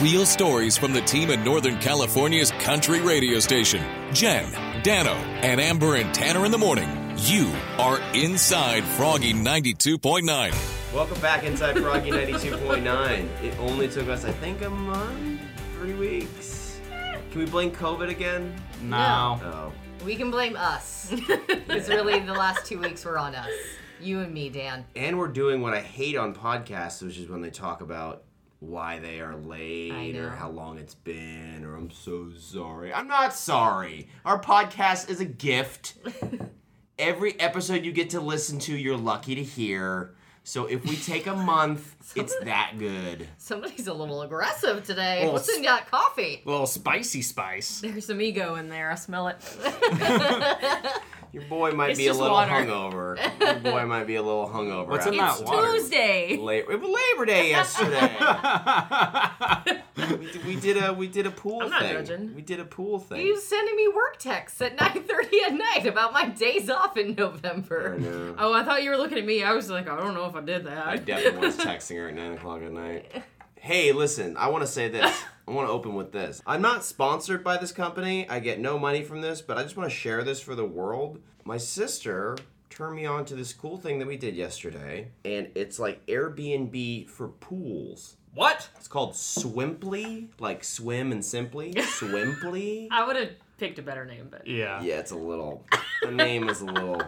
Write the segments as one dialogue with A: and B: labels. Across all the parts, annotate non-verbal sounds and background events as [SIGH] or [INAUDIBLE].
A: Real stories from the team at Northern California's country radio station. Jen, Dano, and Amber and Tanner in the morning. You are inside Froggy 92.9.
B: Welcome back inside Froggy 92.9. It only took us, I think, a month, three weeks. Can we blame COVID again?
C: No.
B: Oh.
D: We can blame us. Because really, the last two weeks were on us. You and me, Dan.
B: And we're doing what I hate on podcasts, which is when they talk about why they are
D: I
B: late
D: know.
B: or how long it's been or I'm so sorry. I'm not sorry. Our podcast is a
D: [LAUGHS]
B: gift. Every episode you get to listen to, you're lucky to hear. So if we take a
D: [LAUGHS]
B: month, it's that good.
D: Somebody's a little aggressive today.
C: Well,
D: What's in
C: it's-
D: that coffee?
C: little spicy
D: [LAUGHS]
C: spice.
E: There's some ego in there. I smell it.
B: Your boy might
E: It's
B: be a
E: just
B: little
E: water. [LAUGHS]
B: hungover. Your boy might be a little hungover.
C: What's in
B: after
C: that water?
E: Tuesday.
B: Labor, it was Labor
E: [LAUGHS]
B: Day yesterday.
C: [LAUGHS]
B: we, did, we did a we did a pool
E: I'm
B: thing.
E: not judging.
B: We did a pool thing.
D: You sending me work texts at [LAUGHS] 9.30 at night about my days off in
B: I
D: November.
B: know.
E: Oh, I thought you were looking at me. I was like, I don't know if I did
B: I
E: [LAUGHS] that.
B: definitely was texting her at nine o'clock at night. Hey, listen, I want to say this. I want to open with this. I'm not sponsored by this company. I get no money from this, but I just want to share this for the world. My sister turned me on to this cool thing that we did yesterday, and it's like Airbnb for pools.
C: What?
B: It's called Swimply, like swim and simply. Swimply.
E: I would have picked a better name, but
C: Yeah.
B: Yeah, it's a little. The name is a little.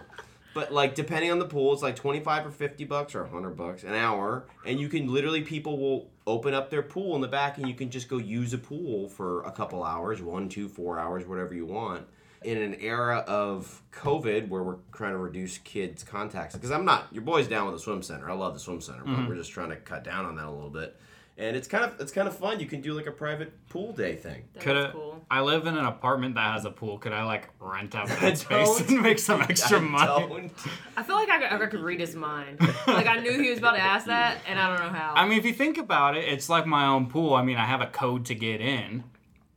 B: But like depending on the pool, it's like twenty five or fifty bucks or hundred bucks an hour, and you can literally people will open up their pool in the back, and you can just go use a pool for a couple hours, one, two, four hours, whatever you want. In an era of COVID where we're trying to reduce kids' contacts, because I'm not your boy's down with the swim center. I love the swim center, but we're just trying to cut down on that a little bit. And it's kind of it's kind of fun. You can do like a private pool day thing.
E: that
C: Could
E: was
C: I,
E: cool.
C: I live in an apartment that has a pool. Could I like rent out that space
B: don't.
C: and [LAUGHS] make some extra money?
B: Don't-
E: I feel like I could, I could read his mind. like I knew he was about to ask that, and I don't know
C: [LAUGHS]
E: how.
C: I mean, if you think about it, it's like my own pool. I mean, I have a code to get in.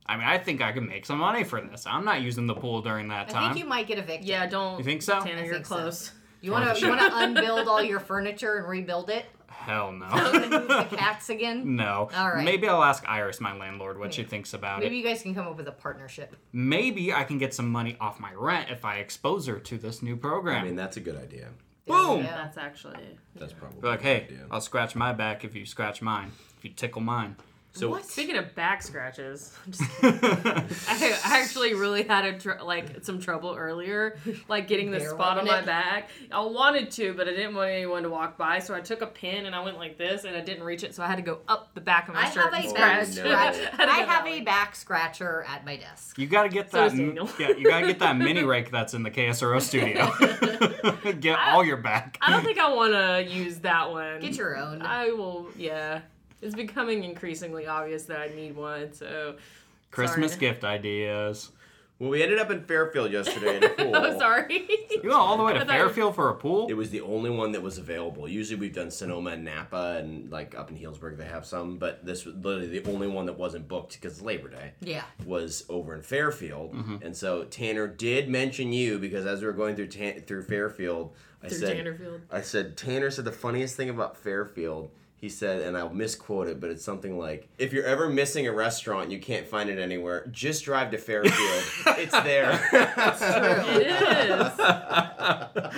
C: I mean, I think I can make some money for this. I'm not using the pool during that
D: I
C: time.
D: think you might get evicted.
E: yeah, don't.
C: You think so?
E: Tanner,
C: I
E: you're
D: think so.
E: close.
D: You
B: Oh,
D: want to
B: [LAUGHS]
D: you want to unbuild all your furniture and rebuild it?
C: Hell
D: [LAUGHS] Move
C: no.
D: the cats
C: [LAUGHS]
D: again?
C: no.
D: All right.
C: Maybe I'll ask Iris, my landlord, what she thinks about
D: Maybe
C: it.
D: you guys can come up with a partnership.
C: Maybe I can get some money off my rent if I expose her to this new program.
B: I mean, that's a good idea.
C: Boom!
D: Yeah.
E: That's actually.
B: That's probably
C: Be like, hey,
B: a good idea.
C: I'll scratch my back if you scratch mine. If you
B: [LAUGHS]
C: tickle mine.
B: So
D: What?
E: Speaking of back scratches, [LAUGHS] I'm just kidding. I I actually really had a tr- like some trouble earlier, like getting the
D: Bear
E: spot on
D: rubbing
E: my
D: it?
E: back. I wanted to, but I didn't want anyone to walk by, so I took a pin and I went like this, and I didn't reach it, so I had to go up the back of my
D: I
E: shirt.
D: have a
E: and
D: back
E: scratch.
B: no.
D: scratch.
E: Had to go
D: I have
E: that
D: a
E: way.
D: back scratcher at my desk.
C: You gotta get
E: So
C: that.
E: does Daniel.
C: yeah, you gotta get that
E: [LAUGHS]
C: mini rake that's in the KSRO studio. [LAUGHS] get all your back.
E: I don't think I want to use that one.
D: Get your own.
E: I will. Yeah, it's becoming increasingly obvious that I need one. So
C: [LAUGHS] Christmas
E: Sorry.
C: gift ideas.
B: Well, we ended up in Fairfield yesterday [LAUGHS] in a pool.
E: I'm sorry. [LAUGHS]
C: You went all the way to
E: thought you-
C: Fairfield for a pool.
B: It was the only one that was available. Usually we've done Sonoma and Napa and like up in Healdsburg they have some, but this was literally the only one that wasn't booked because Labor Day
D: Yeah. [LAUGHS]
B: was over in Fairfield. And so Tanner did mention you because as we were going through Tan- through Fairfield, I
E: Through
B: said
E: Tannerfield.
B: I said Tanner said the funniest thing about Fairfield. He said, and I'll misquote it, but it's something like, "If you're ever missing a restaurant and you can't find it anywhere, just drive to
C: [LAUGHS]
B: Fairfield. it's there."
E: it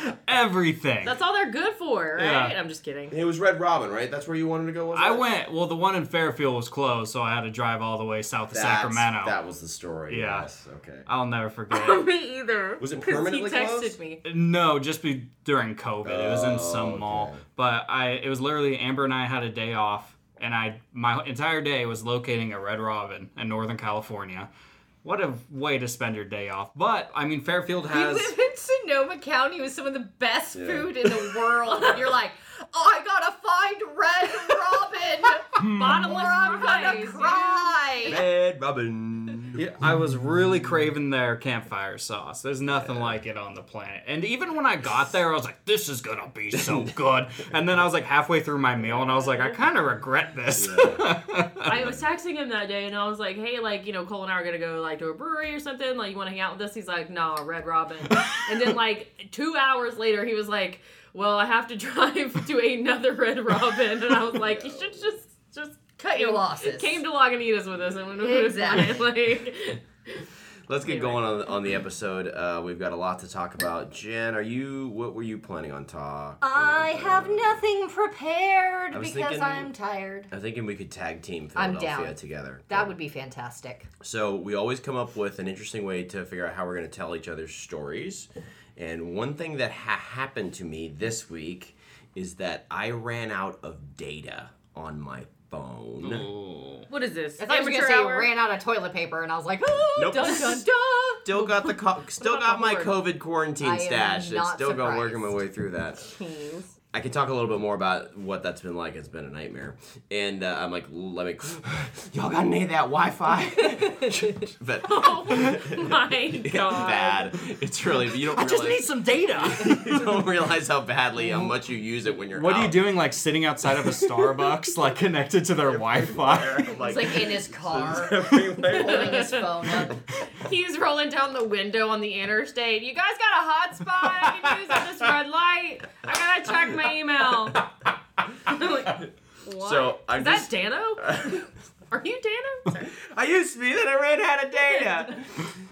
E: is.
C: Everything.
E: That's all they're good for, right?
C: Yeah.
E: I'm just kidding.
B: it was Red Robin, right? That's where you wanted to go. wasn't
C: I
B: it?
C: went. Well, the one in Fairfield was closed, so I had to drive all the way south to
B: That's-
C: Sacramento.
B: That was the story.
C: Yeah.
B: Yes. Okay.
C: I'll never forget.
B: [LAUGHS]
E: Me either.
B: Was it
E: 'Cause
B: permanently
E: He texted
B: closed?
E: me.
C: No, just be during COVID. it was in some
B: Oh, okay.
C: mall, but I it was literally Amber and I had a day off, and I my entire day was locating a Red Robin in Northern California. What a way to spend your day off! But I mean, Fairfield
D: You
C: has.
D: live in Sonoma County with some of the best
B: Yeah.
D: food in the world. and you're like, I gotta find Red
E: [LAUGHS] [LAUGHS]
D: Robin,
E: Bottomless
D: or I'm gonna
B: [LAUGHS]
E: fries.
D: cry.
B: Red Robin.
C: Yeah, I was really craving their campfire sauce. There's nothing like it on the planet. And even when I got there, I was like, "This is gonna
B: [LAUGHS]
C: be so good." And then I was like halfway through my meal, and I was like, "I kind of regret this." [LAUGHS]
E: I was texting him that day, and I was like, "Hey, like, you know, Cole and I are gonna go like to a brewery or something. Like, you want to hang out with us?" He's like, "Nah,
B: [LAUGHS]
E: Red Robin." and then like two hours later, he was like, [LAUGHS] "Well, I have to drive to another Red Robin," and I was like, "You should just just cut
D: your
E: you-
D: losses.
E: Came to Lagunitas with us, and we
D: Exactly.
E: Like,
B: Let's get
E: Anyway.
B: going on, on the episode. Uh, we've got a lot to talk about. Jen, are you? What were you planning on talk?
D: I have nothing prepared
B: I was
D: because
B: thinking-
D: I'm tired.
B: I'm thinking we could tag team
D: I'm
B: Philadelphia
D: down.
B: together.
D: That would be fantastic.
B: So we always come up with an interesting way to figure out how we're going to tell each other's stories. And one thing that ha- happened to me this week is that I ran out of data on my phone.
E: what is this?
D: I thought you were gonna
E: Amateur
D: say
E: hour?
D: ran out of toilet paper, and I was like, [GASPS] oh,
B: Nope.
D: dun
E: [LAUGHS]
D: dun dun.
B: Still got the co- still
E: about
B: got my
E: the
B: COVID quarantine
D: I am
B: stash. It's
D: not
B: still got working my
D: surprised.
B: way through that. I can talk a little bit more about what that's been like. It's been a nightmare, and uh, I'm like, let me. [GASPS] Y'all got any of that Wi-Fi?
D: [LAUGHS]
B: [LAUGHS] but
E: Oh [LAUGHS]
B: [LAUGHS]
E: my
B: it's
D: Oh,
E: god!
B: bad. It's really you don't.
C: I just need
B: realize-
C: some
D: [LAUGHS]
C: data.
B: [LAUGHS] you don't realize how badly how much you use it when you're.
C: what are you
B: out.
C: doing, like sitting outside of
B: [LAUGHS]
C: a Starbucks, like connected to their Wi-Fi?
B: Like,
D: It's like in his car, holding his phone up.
E: He's rolling down the window on the interstate. You guys got a hotspot I can use on this red light. I gotta check my email. [LAUGHS] Like, what?
B: So, I'm
E: is
B: just-
E: that
B: [LAUGHS]
E: Dano? Are you Dano? Sorry.
B: I used to be that I ran out of
E: [LAUGHS]
B: data.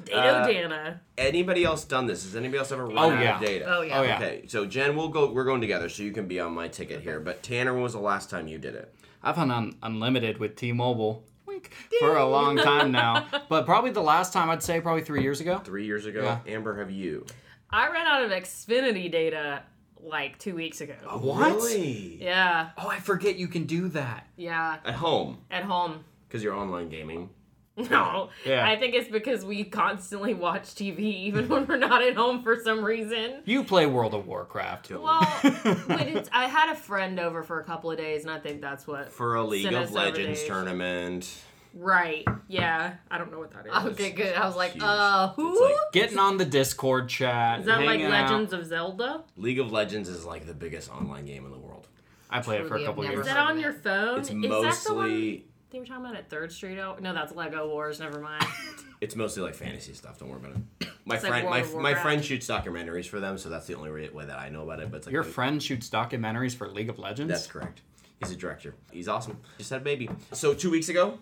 E: Dano
B: Uh,
E: Dana.
B: anybody else done this? Has anybody else ever run
C: Oh,
B: out
C: yeah.
B: of data?
D: Oh yeah.
C: Oh, yeah.
B: Okay, so Jen, we'll go. We're going together, so you can be on my ticket here. But Tanner, when was the last time you did it?
C: I've had on unlimited with T-Mobile wink, for a long time [LAUGHS] now, but probably the last time I'd say probably three years ago.
B: Three years ago.
C: Yeah.
B: Amber, have you?
E: I ran out of Xfinity data like two weeks ago.
B: Oh.
C: What?
B: Really?
E: Yeah,
C: Oh, I forget you can do that.
E: yeah.
B: At home,
E: At home. [LAUGHS]
B: because you're online gaming.
E: No.
C: Yeah.
E: I think it's because we constantly watch TV even when we're not at home for some reason.
C: You play World of
B: [LAUGHS]
C: Warcraft.
E: Well, but it's, I had a friend over for a couple of days, and I think that's what
B: For a League
E: sent us
B: of
E: over
B: Legends
E: there.
B: tournament.
E: Right? Yeah. I don't know what that is.
D: [LAUGHS] Okay, good. I was like,
B: Jeez.
D: uh,
B: It's
D: who?
B: like
C: Getting on the Discord chat.
E: Is that like
C: hanging out.
E: Legends of Zelda?
B: League of Legends is like the biggest online game in the world.
C: I played it for a
D: Truly,
C: couple
D: I've
C: years.
E: Is
D: never-
E: that on your phone?
B: It's
E: is that the one
B: mostly
E: they were talking about at Third Street? Oh, no, that's Lego Wars. Never
D: [LAUGHS]
E: mind.
B: it's mostly like fantasy stuff. Don't worry about
E: [CLEARS THROAT]
B: it. My
E: It's like
B: friend,
E: World
B: my,
E: of
B: my
E: Warcraft.
B: friend shoots documentaries for them, so that's the only re- way that I know about it. But it's like
C: Your
B: a-
C: friend shoots documentaries for League of Legends.
B: That's correct. He's a director. He's awesome. Just had a baby. So two weeks ago.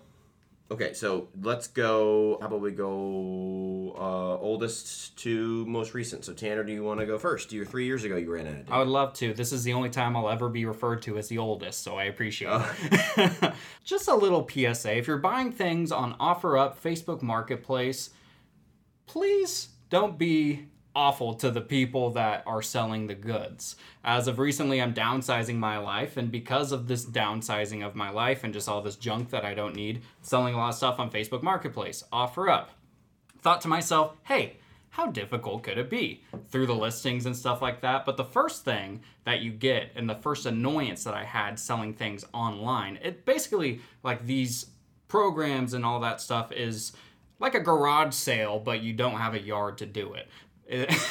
B: Okay, so let's go. How about we go uh, oldest to most recent? So Tanner, do you want to go first? You were three years ago. You ran out of data.
C: I would love to. This is the only time I'll ever be referred to as the oldest, so I appreciate it. [LAUGHS] Just a little PSA. If you're buying things on OfferUp, Facebook Marketplace, please don't be awful to the people that are selling the goods. As of recently, I'm downsizing my life, and because of this downsizing of my life and just all this junk that I don't need, selling a lot of stuff on Facebook Marketplace, OfferUp. Thought to myself, hey, how difficult could it be through the listings and stuff like that? But the first thing that you get and the first annoyance that I had selling things online, it basically like these programs and all that stuff is like a garage sale, but you don't have a yard to do it.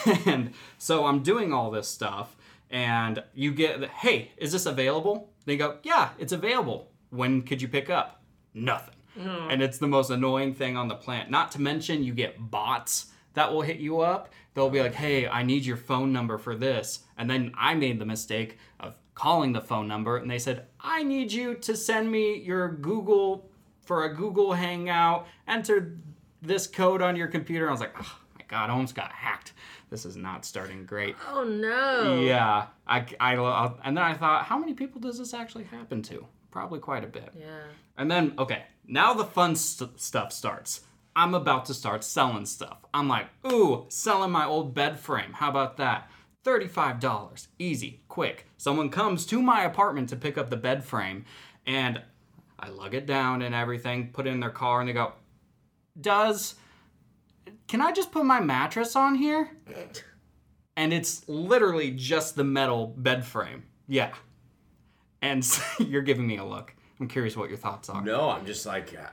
C: [LAUGHS] and so I'm doing all this stuff, and you get, the, hey, is this available? They go, yeah, it's available. When could you pick up? Nothing.
E: Hmm.
C: And it's the most annoying thing on the planet. Not to mention, you get bots that will hit you up. They'll be like, hey, I need your phone number for this. And then I made the mistake of calling the phone number, and they said, I need you to send me your Google for a Google Hangout. Enter this code on your computer. I was like, oh my God, I almost got hacked. This is not starting great.
E: oh no.
C: Yeah. I, I, lo- and then I thought, how many people does this actually happen to? Probably quite a bit.
E: Yeah.
C: And then, okay, now the fun st- stuff starts. I'm about to start selling stuff. I'm like, ooh, selling my old bed frame. How about that? $35. Easy, quick. Someone comes to my apartment to pick up the bed frame, and I lug it down and everything, put it in their car, and they go, does can I just put my mattress on here? And it's literally just the metal bed frame. Yeah. And [LAUGHS] so you're giving me a look. I'm curious what your thoughts are.
B: No, I'm just like, uh,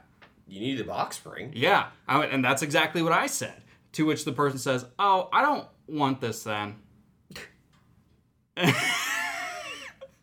B: you need the box spring.
C: Yeah. I went, and that's exactly what I said. To which the person says, Oh, I don't want this then. [LAUGHS]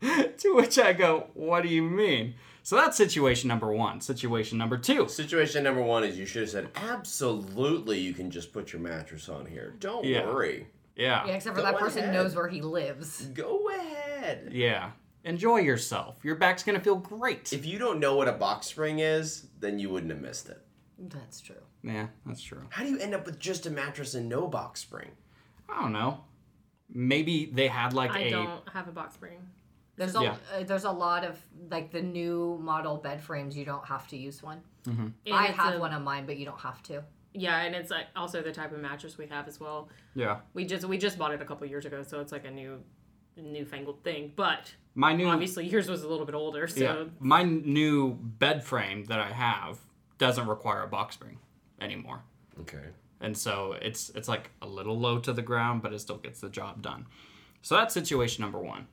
C: to which I go, What do you mean? So that's situation number one. Situation number two.
B: Situation number one is you should have said, absolutely, you can just put your mattress on here. Don't
C: Yeah.
B: worry.
D: Yeah, except for
B: Go
D: that person
B: ahead.
D: knows where he lives.
B: Go ahead.
C: Yeah. Enjoy yourself. Your back's gonna feel great.
B: If you don't know what a box spring is, then you wouldn't have missed it.
D: That's true.
C: yeah, that's true.
B: How do you end up with just a mattress and no box spring?
C: I don't know. Maybe they had like
E: I
C: a
E: don't have a box spring.
D: There's a
C: Yeah.
D: uh, there's a lot of like the new model bed frames. You don't have to use one.
E: And
D: I
E: it's
D: have
E: a-
D: one on mine, but you don't have to.
E: Yeah, and it's like also the type of mattress we have as well.
C: yeah.
E: We just we just bought it a couple years ago, so it's like a new newfangled thing. But
C: My new
E: obviously uh, yours was a little bit older, so
C: yeah, my new bed frame that I have doesn't require a box spring anymore.
B: Okay.
C: and so it's it's like a little low to the ground but it still gets the job done so that's situation number one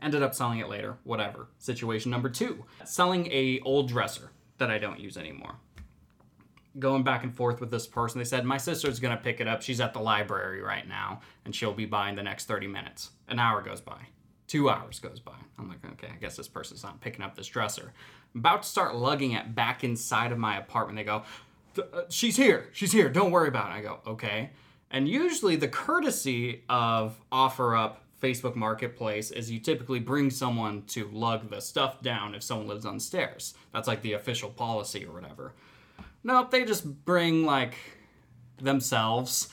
C: ended up selling it later whatever situation number two selling a old dresser that i don't use anymore going back and forth with this person they said my sister's going to pick it up she's at the library right now and she'll be by in the next 30 minutes an hour goes by two hours goes by i'm like okay i guess this person's not picking up this dresser I'm about to start lugging it back inside of my apartment they go "Th- uh, she's here she's here don't worry about it i go okay and usually the courtesy of offer up facebook marketplace is you typically bring someone to lug the stuff down if someone lives on stairs that's like the official policy or whatever Nope, they just bring like themselves.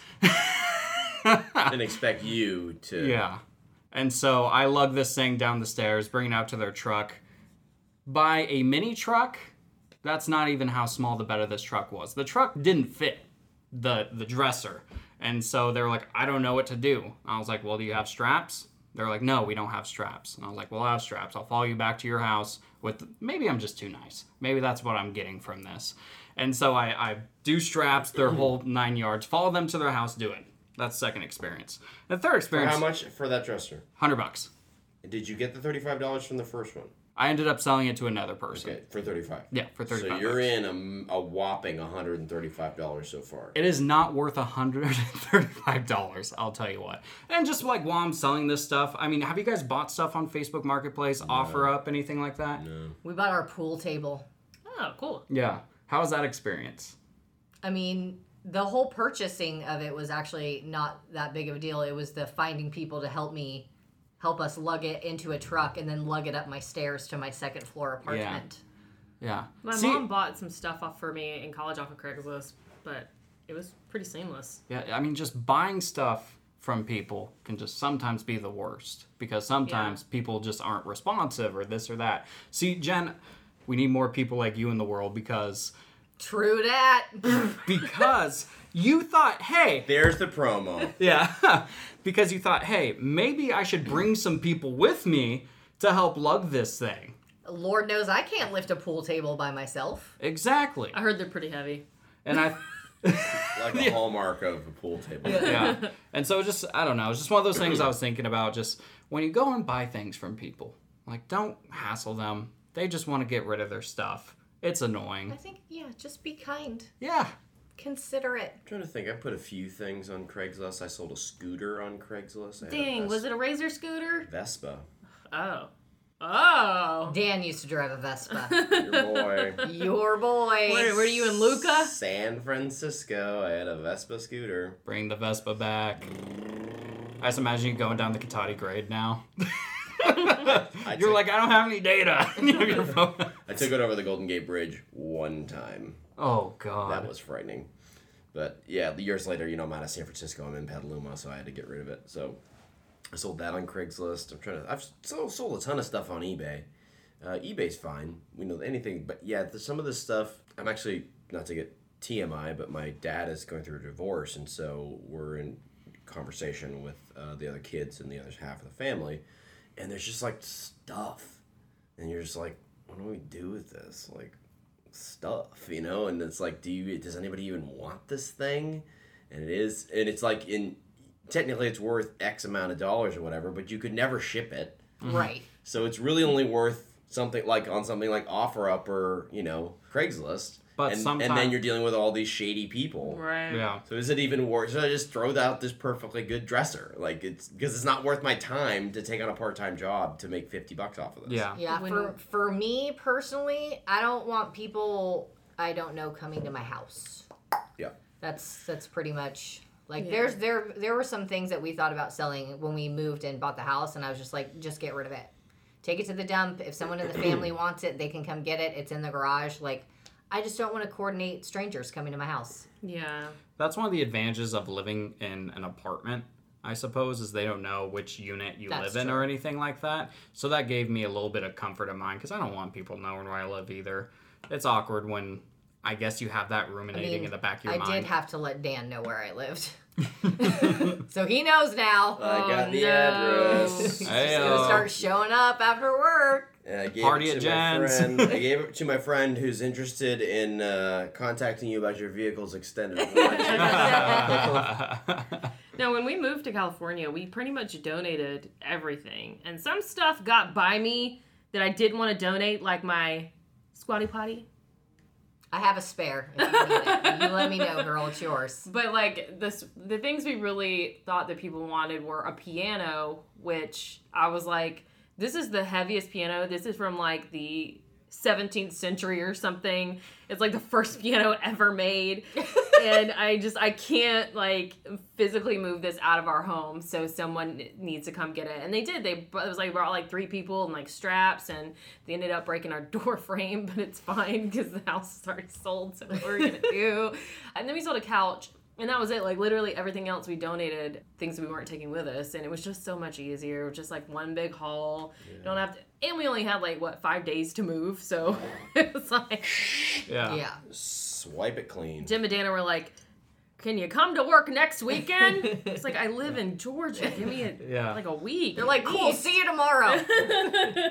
B: and expect you to.
C: Yeah. And so I lug this thing down the stairs, bring it out to their truck. Buy a mini truck. That's not even how small the bed of this truck was. The truck didn't fit the the dresser. And so they were like, I don't know what to do. I was like, Well, do you have straps? They're like, No, we don't have straps. And I was like, Well, I have straps. I'll follow you back to your house with maybe I'm just too nice. Maybe that's what I'm getting from this. And so I, I do straps their whole nine yards, follow them to their house, do it. That's second experience. The third
B: For
C: experience
B: how much for that dresser?
C: hundred bucks.
B: Did you get the thirty-five dollars from the first one?
C: I ended up selling it to another person.
B: Okay, for thirty-five.
C: Yeah, for thirty
B: So
C: five.
B: you're in a, a whopping one hundred and thirty-five dollars so far.
C: It is not worth hundred and thirty five dollars. I'll tell you what. And just like while I'm selling this stuff, I mean, have you guys bought stuff on Facebook Marketplace, Offer Up, anything like that? No.
D: We bought our pool table.
E: oh cool.
C: Yeah. How was that experience?
D: I mean, the whole purchasing of it was actually not that big of a deal. It was the finding people to help me, help us lug it into a truck and then lug it up my stairs to my second floor apartment.
C: Yeah.
E: My
C: See-
E: mom bought some stuff off for me in college off of Craigslist, but it was pretty seamless.
C: Yeah, I mean, just buying stuff from people can just sometimes be the worst because sometimes people just aren't responsive or this or that. See, Jen, we need more people like you in the world because
D: True that.
E: [LAUGHS]
C: because you thought, hey,
B: There's the
C: [LAUGHS]
B: promo.
C: Yeah. because you thought, hey, maybe I should bring some people with me to help lug this thing.
D: Lord knows I can't lift a pool table by myself.
C: Exactly.
E: I heard they're pretty heavy.
C: And I
B: like a hallmark of a pool table.
C: yeah. And so just I don't know, it's just one of those things I was thinking about just when you go and buy things from people, like don't hassle them. They just want to get rid of their stuff. It's
D: I
C: annoying.
D: think, yeah, just be kind,
C: Yeah.
D: considerate.
B: I'm trying to think. I put a few things on Craigslist. I sold a scooter on Craigslist. I had a
E: Dang,
B: Ves-
E: was it a razor scooter?
B: Vespa?
E: Oh. Oh.
D: Dan used to drive a [LAUGHS] Vespa.
B: Your
C: [LAUGHS]
B: boy.
D: Your boy.
E: Where, were you in Luca?
B: San Francisco. I had a Vespa scooter.
C: Bring the Vespa back. I just imagine you going down the Katati grade now.
B: I
C: You're
B: took-
C: like, I don't have any data. [LAUGHS] You have your phone.
B: I took it over the Golden Gate Bridge one time.
C: Oh god.
B: That was frightening. But yeah, years later, you know, I'm out of San Francisco. I'm in Petaluma, so I had to get rid of it. So I sold that on Craigslist. I'm trying to. I've sold, sold a ton of stuff on eBay. Uh, eBay's fine. We know anything, but yeah, the, some of this stuff. I'm actually not to get TMI, but my dad is going through a divorce, and so we're in conversation with uh, the other kids and the other half of the family, and there's just like stuff, and you're just like, what do we do with this? Like stuff, you know? And it's like, do you? Does anybody even want this thing? And it is, and it's like in technically it's worth X amount of dollars or whatever, but you could never ship it.
D: Right.
B: So it's really only worth something like on something like OfferUp or you know Craigslist.
C: But
B: and, and
C: sometime-
B: then you're dealing with all these shady people.
E: Right.
C: yeah.
B: So is it even worth? Should I just throw out this perfectly good dresser? Like it's because it's not worth my time to take on a part time job to make fifty bucks off of this.
C: Yeah.
D: Yeah,
E: When-
D: for, for me personally, I don't want people I don't know coming to my house.
B: yeah.
D: That's that's pretty much like there's there there were some things that we thought about selling when we moved and bought the house and I was just like just get rid of it. take it to the dump. If someone in the family wants it, they can come get it. It's in the garage. Like, I just don't want to coordinate strangers coming to my house.
E: Yeah.
C: That's one of the advantages of living in an apartment, I suppose, is they don't know which unit you
D: That's
C: live in
D: true.
C: or anything like that. So that gave me a little bit of comfort of mind because I don't want people knowing where I live either. It's awkward when I guess you have that
D: I
C: ruminating
D: mean,
C: in the back of your
D: I
C: mind.
D: did
C: [LAUGHS]
D: have to let Dan know where I lived, so he knows now.
E: Uh,
B: I got the
E: Oh,
D: He's
E: no. [LAUGHS]
B: address.
C: Hey,
D: gonna start showing up after work.
B: And I gave
C: Party
B: it
C: at
B: to my
C: Jen's.
B: friend.
C: [LAUGHS]
B: I gave it to my friend who's interested in uh, contacting you about your vehicle's extended warranty.
E: No, when we moved to California, we pretty much donated everything. And some stuff got by me that I didn't want to donate, like my squatty potty.
D: I have a spare. If you, need it. you let me know, girl. It's yours.
E: But like this the things we really thought that people wanted were a piano, which I was like, this is the heaviest piano. This is from like the 17th century or something. It's like the first piano ever made. and I just I can't like physically move this out of our home, so someone needs to come get it. And they did. They it was like brought like three people and like straps, and they ended up breaking our [LAUGHS] door frame, but it's fine because the house is already sold, so what we're gonna do. And then we sold a couch. And that was it. Like literally everything else we donated, things we weren't taking with us, and it was just so much easier. Just like one big haul. Don't have to. And we only had like what five days to move, so [LAUGHS] it was like
C: yeah.
D: [LAUGHS] Yeah.
B: Swipe it clean.
E: Jim and Dana were like, "Can you come to work next weekend?" it's like I live in Georgia. Give me a,
C: [LAUGHS] Yeah.
E: like a week.
D: They're like, cool. See you tomorrow.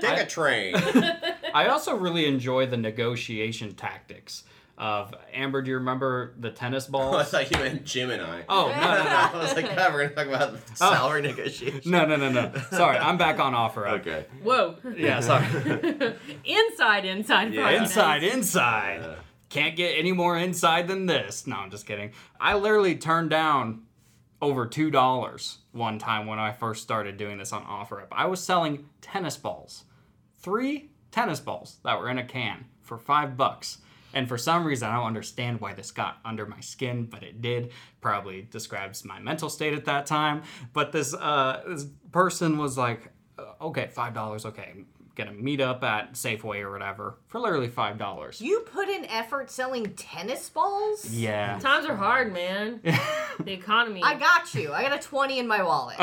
B: Take a train. [LAUGHS]
C: I also really enjoy the negotiation tactics of Amber. Do you remember the tennis
B: [LAUGHS] I
C: balls?
B: thought you meant Jim and I. [LAUGHS]
C: oh no no Oh. no
B: I was like, God, we're gonna talk about the salary negotiations.
C: no no no no! Sorry, I'm back on offer. up.
B: Okay.
E: Whoa, [LAUGHS]
C: Yeah, sorry.
E: inside, inside,
B: Yeah.
E: Friday night.
C: Inside, inside. Can't get any more inside than this. No, I'm just kidding. I literally turned down over two dollars one time when I first started doing this on OfferUp. I was selling tennis balls, three tennis balls that were in a can for five bucks. And for some reason, I don't understand why this got under my skin, but it did. Probably describes my mental state at that time. But this uh, this person was like, "Uh, "Okay, five dollars. Okay, I'm gonna meet up at Safeway or whatever for literally five dollars."
D: you put in effort selling tennis balls.
C: Yeah.
E: Times are hard, man. the economy.
D: I got you. I got a twenty in my wallet.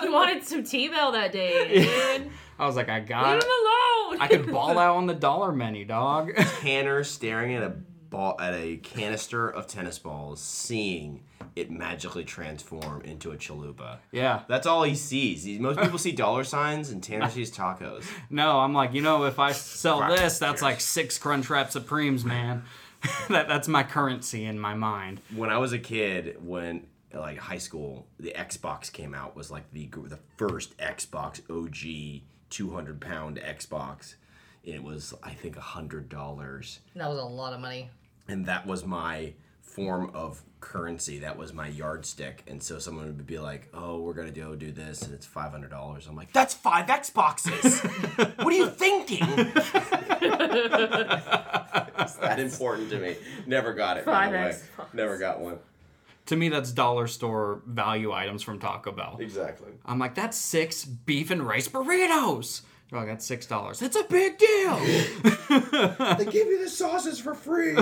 E: he wanted some T Bell that day. Dude.
C: I was like, I
E: Leave
C: got it.
E: him alone.
C: I could ball out on the dollar menu, dog. [LAUGHS]
B: Tanner staring at a ball at a canister of tennis balls, seeing it magically transform into a chalupa.
C: yeah.
B: That's all he sees. He- Most people see dollar signs, and Tanner sees tacos.
C: No, I'm like, you know, if I sell this, that's like six Crunchwrap Supremes, man. [LAUGHS] that that's my currency in my mind.
B: When I was a kid, when like high school, the Xbox came out was like the gr- the first Xbox OG, two hundred pound Xbox. and It was I think a hundred dollars.
D: that was a lot of money.
B: and that was my form of currency that was my yardstick and so someone would be like oh we're gonna go do this and it's $500 i'm like that's five [LAUGHS] xboxes what are you thinking it's that important to me never got it by
E: Five
B: the way
E: Xboxes.
B: never got one
C: To me, that's dollar store value items from Taco Bell.
B: exactly
C: I'm like, that's six beef and rice burritos. They're like, that's six dollars. It's a big deal.
B: they give you the sauces for [LAUGHS] free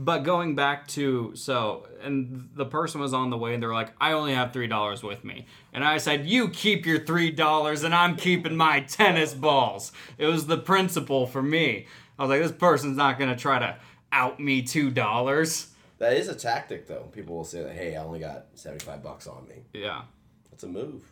C: But going back to so, and the person was on the way, and they're like, "I only have three dollars with me," and I said, "You keep your three dollars, and I'm keeping my tennis balls." It was the principle for me. I was like, "This person's not gonna try to out me two dollars."
B: that is a tactic though people will say hey i only got 75 bucks on me
C: Yeah,
B: that's a move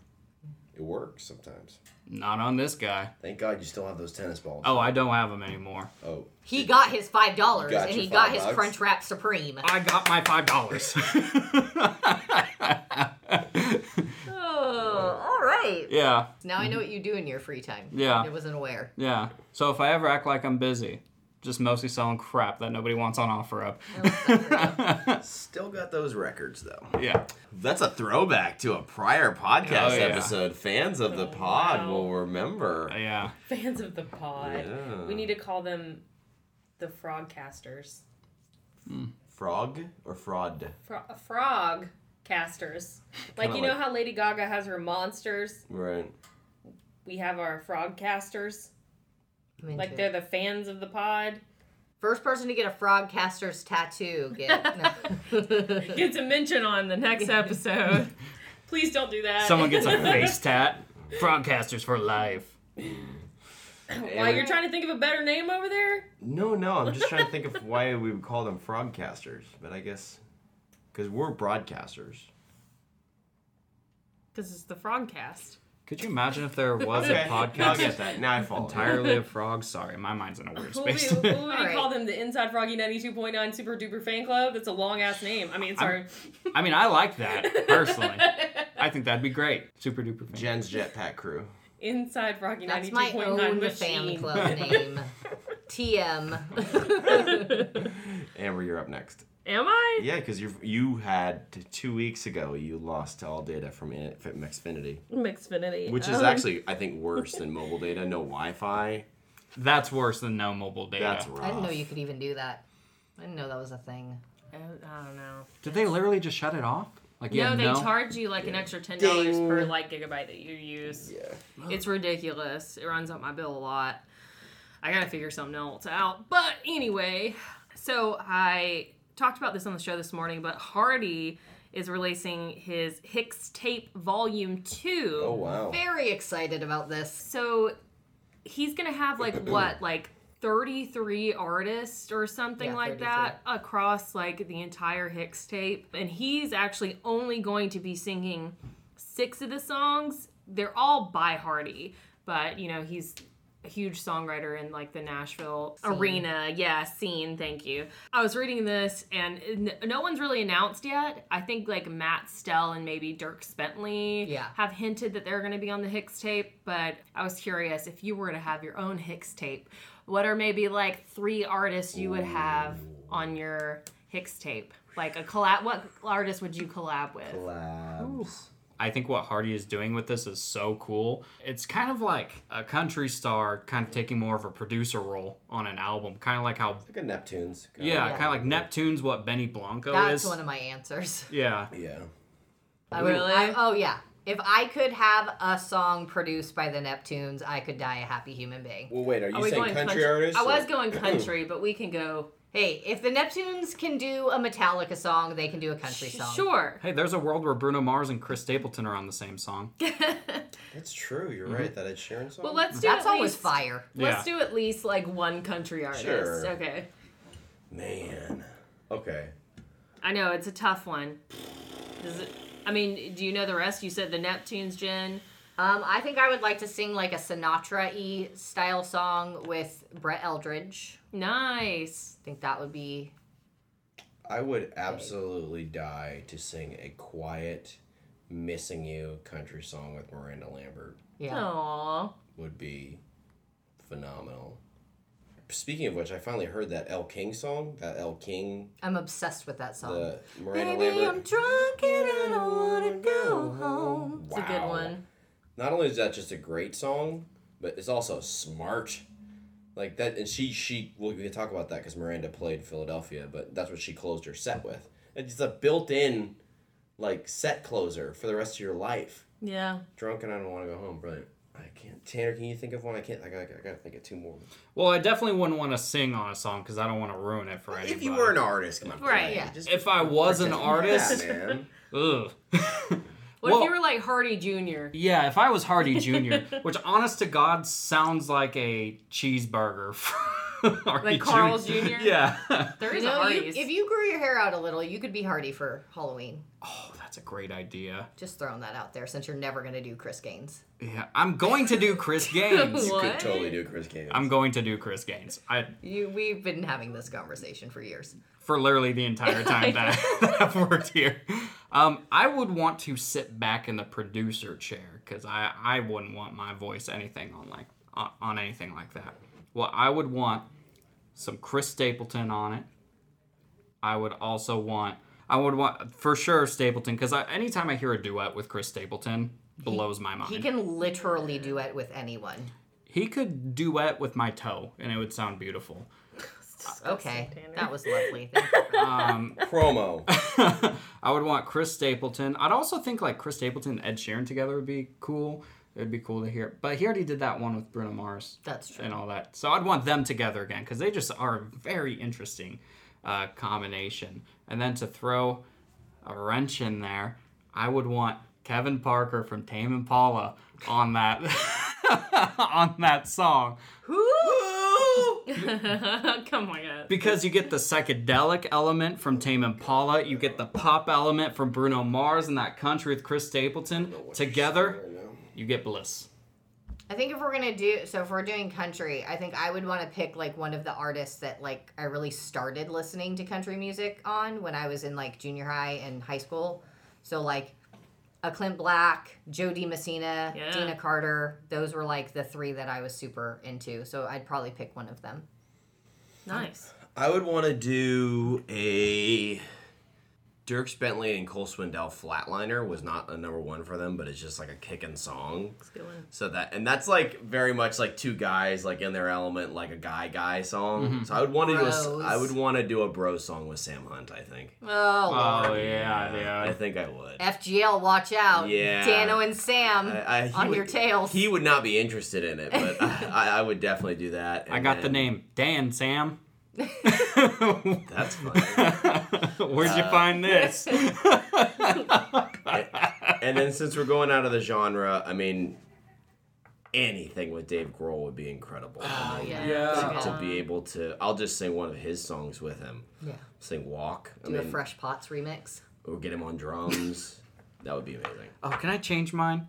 B: it works sometimes
C: not on this guy.
B: thank god you still have those tennis balls
C: Oh, I don't have him anymore.
B: oh.
D: He got his five dollars
B: You got
D: and
B: your
D: he got
B: five
D: his
B: bucks?
D: Crunch Wrap Supreme.
C: I got my five dollars.
D: Oh, all right.
C: yeah,
D: Now I know what you do in your free time.
C: Yeah.
D: I wasn't aware.
C: yeah. So if I ever act like I'm busy, just mostly selling crap that nobody wants on OfferUp.
B: Still got those records though.
C: Yeah.
B: That's a throwback to a prior podcast
C: Oh, yeah.
B: episode. Fans of the pod will remember.
C: Yeah.
E: [LAUGHS] Fans of the pod.
B: Yeah.
E: We need to call them the Frogcasters.
B: Frog or fraud?
E: Fro- frog casters. Like
B: Kinda
E: you know
B: like-
E: how Lady Gaga has her monsters.
B: Right.
E: we have our frog casters.
D: I'm into
E: Like
D: it.
E: they're the fans of the [LAUGHS] pod.
D: First person to get a Frogcaster's tattoo [LAUGHS] get no.
E: Gets a mention on the next episode. Please don't do that.
C: Someone gets a face tat. Broadcasters for life.
E: While you're trying to think of a better name over there,
B: No, no, I'm just trying to think of why we would call them frogcasters, but I guess because we're broadcasters.
E: because it's the Frogcast.
C: Could you imagine if there was a
B: now [LAUGHS] I get
C: podcast
B: that. Now I follow.
C: entirely of frogs? Sorry, my mind's in a weird
E: What would
C: [LAUGHS]
E: we,
C: space.
E: what would we
D: All right.
E: call them? The Inside Froggy 92.9 Super Duper Fan Club? That's a long ass name. I mean, sorry.
C: I mean, I like that personally. I think that'd be great. Super duper. Fan.
B: Jen's jetpack crew.
E: Inside Froggy
D: That's my
E: 92.9
D: own fan
E: machine.
D: club [LAUGHS] name. TM.
B: Amber, you're up next.
E: Am I?
B: Yeah, because you you had t- two weeks ago you lost all data from In- from Xfinity,
E: Mixfinity.
B: which is
E: Um,
B: actually I think worse than mobile data. No Wi-Fi.
C: That's worse than no mobile data.
B: That's
D: I didn't know
B: rough.
D: you could even do that. I didn't know that was a thing.
E: I I don't know.
C: Did they literally just shut it off? Like yeah,
E: no, they
C: no.
E: charge you like an extra ten dollars per like gigabyte that you use. Yeah, it's ridiculous. It runs up my bill a lot. I gotta figure something else out. But anyway, so I talked about this on the show this morning, but Hardy is releasing his Hicks Tape Volume Two.
B: Oh wow.
D: Very excited about this.
E: So he's gonna have like what, like 33 artists or something
D: Yeah,
E: like that across like the entire Hicks tape. And he's actually only going to be singing six of the songs. They're all by Hardy, but you know, he's a huge songwriter in like the Nashville arena. Yeah, scene. Thank you. I was reading this and n- no one's really announced yet. I think like Matt Stell and maybe Dirk Bentley
D: Yeah.
E: have hinted that they're going to be on the Hicks tape, but I was curious if you were to have your own Hicks tape, what are maybe like three artists you would have on your Hicks tape? Like a collab, what artist would you collab with?
B: Labs.
C: I think what Hardy is doing with this is so cool. It's kind of like a country star kind of taking more of a producer role on an album, kind of like how
B: Look at Neptune's. God.
C: yeah, kind of like Neptune's what Benny Blanco
D: That's
C: is.
D: one of my answers.
C: yeah,
B: Yeah.
D: I would,
E: Really?
D: I- oh yeah. If I could have a song produced by the Neptunes, I could die a happy human being.
B: Well, wait. Are you
E: we
B: saying
E: going
B: country, artists?
E: I
B: or-
E: was
B: [CLEARS THROAT]
E: going country, but we can go.
D: Hey, if the Neptunes can do a Metallica song, they can do a country song.
E: Sure.
C: Hey, there's a world where Bruno Mars and Chris Stapleton are on the same song.
B: That's true. You're right. That Ed Sheeran song.
E: Well, let's do
D: That's
E: at
D: always
E: least-
D: fire.
E: Let's
C: Yeah.
E: do at least like one country artist.
B: Sure.
E: Okay.
B: Man. Okay.
E: I know it's a tough one. Does it, I mean, do you know the rest? You said the Neptunes, Jen.
D: Um, I think I would like to sing like a Sinatra y style song with Brett Eldridge.
E: Nice.
D: I think that would be
B: I would absolutely die to sing a quiet, missing you country song with Miranda Lambert.
D: yeah.
E: Aww.
B: Would be phenomenal. Speaking of which, I finally heard that El King song. That El King,
D: I'm obsessed with that song.
B: the Miranda
D: Baby, I'm
B: Lambert.
D: drunk and I don't wanna go home.
E: It's a good
B: Wow.
E: one.
B: Not only is that just a great song, but it's also smart. Like that, and she she well, we can talk about that because Miranda played Philadelphia, but that's what she closed her set with. It's a built-in, like set closer for the rest of your life.
E: Yeah.
B: drunk and I don't want to go home. Brilliant. I can't. Tanner, can you think of one? I can't. I gotta, I gotta think of two more.
C: Well, I definitely wouldn't want to sing on a song because I don't want to ruin it for anybody.
B: If you were an artist, come on.
E: Right,
B: play.
D: yeah.
B: Just
C: if I was an artist,
B: Yeah, man.
C: ugh. [LAUGHS]
E: What
C: Well-
E: if you were like Hardy Jr.?
C: Yeah, if I was Hardy Jr., which honest to God sounds like a cheeseburger. from [LAUGHS] Hardy
E: Like Carl's Jr.?
C: [LAUGHS] Yeah. Oh,
E: There
D: You
E: is a
D: know, you,
E: Hardy's.
D: if you grew your hair out a little, you could be Hardy for Halloween.
C: Oh, that's a great idea.
D: Just throwing that out there since you're never gonna do Chris Gaines.
C: Yeah, I'm going to do
E: [LAUGHS]
C: Chris Gaines.
E: What?
B: Could totally do Chris Gaines.
C: [LAUGHS] I'm going to do Chris Gaines. I
D: You, we've been having this conversation for years.
C: for literally the entire
D: [LAUGHS]
C: time that, [LAUGHS] that I've worked here. Um, I would want to sit back in the producer chair because I, I wouldn't want my voice anything on like on, on anything like that. Well, I would want some Chris Stapleton on it. I would also want I would want for sure Stapleton because I, anytime I hear a duet with Chris Stapleton blows my mind.
D: He can literally do it with anyone.
C: he could duet with my toe and it would sound beautiful.
D: Okay, that was lovely. Thank you for that.
B: promo.
C: I would want Chris Stapleton. I'd also think like Chris Stapleton and Ed Sheeran together would be cool. It'd be cool to hear. But he already did that one with Bruno Mars.
D: That's true.
C: And all that. So I'd want them together again because they just are a very interesting uh, combination. And then to throw a wrench in there, I would want Kevin Parker from Tame Impala on that [LAUGHS] on that song
D: Who?
E: [LAUGHS] Come on, guys.
C: because you get the psychedelic element from Tame Impala, you get the pop element from Bruno Mars and that country with Chris Stapleton together, you get bliss.
D: I think if we're gonna do so, if we're doing country, I think I would want to pick like one of the artists that like I really started listening to country music on when I was in like junior high and high school. So like a Clint Black, Jody Messina,
E: Yeah.
D: Dina Carter. Those were like the three that I was super into. So I'd probably pick one of them.
E: Nice.
B: I would want to do a Dirks Bentley and Cole Swindell Flatliner was not a number one for them, but it's just like a kicking song.
E: Let's go in.
B: So that and that's like very much like two guys like in their element, like a guy guy song.
C: Mm-hmm.
B: So I would want to do a s-
D: Bros.
B: I would want to do a bro song with Sam Hunt. I think.
D: Oh, Lord.
C: Oh yeah,
B: I
C: yeah.
B: think I would.
D: FGL, watch out.
B: Yeah.
D: Dano and Sam
B: I- I- he
D: on
B: would-
D: your tails.
B: He would not be interested in it, but I, I would definitely do that.
C: I
B: and
C: got the
B: then-
C: name Dan Sam.
B: That's
C: [LAUGHS]
B: funny.
C: Where'd you find this?
B: and then since we're going out of the genre, I mean, anything with Dave Grohl would be incredible. I mean,
C: Yeah.
B: To be able to, I'll just sing one of his songs with him.
D: yeah.
B: Sing "Walk." I
D: Do a
B: mean,
D: Fresh Pots remix.
B: or get him on drums. that would be amazing.
C: oh, can I change mine?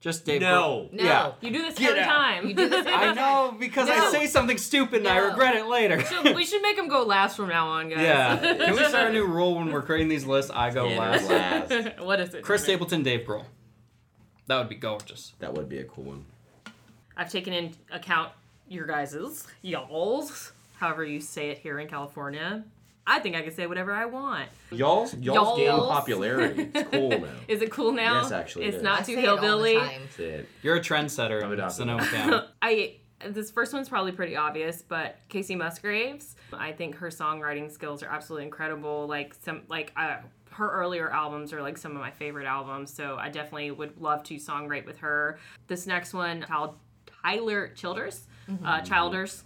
C: Just Dave.
B: No.
C: Grohl.
D: No.
C: Yeah.
E: You do this
C: Get
E: every
C: out.
E: time. You do [LAUGHS] this.
C: I know because I
E: No.
C: say something stupid and I
D: No.
C: regret it later.
E: we should make them go last from now on, guys.
C: yeah. Can we start a new rule when we're creating these lists? I go last.
E: [LAUGHS]
B: Blast.
E: [LAUGHS] what is it?
C: Chris Stapleton, Dave Grohl. That would be gorgeous.
B: That would be a cool one.
E: I've taken in account your guys's, y'all's, however you say it here in California. I think I can say whatever I want.
B: Y'all's y'all's gained
E: Y'all's.
B: popularity. It's
E: [LAUGHS]
B: cool now.
E: Is it cool now?
B: Yes, actually, it
E: It's
B: is.
E: not
D: I
E: too
D: say it all the
E: hillbilly.
D: time.
B: That's it.
C: You're a trendsetter.
B: would
C: so
B: also-
C: no doubt.
E: [LAUGHS] I this first one's probably pretty obvious, but Casey Musgraves, I think her songwriting skills are absolutely incredible. Like some like uh, her earlier albums are like some of my favorite albums, so I definitely would love to songwrite with her. This next one, Tyl- Tyler Childers, uh, Childers.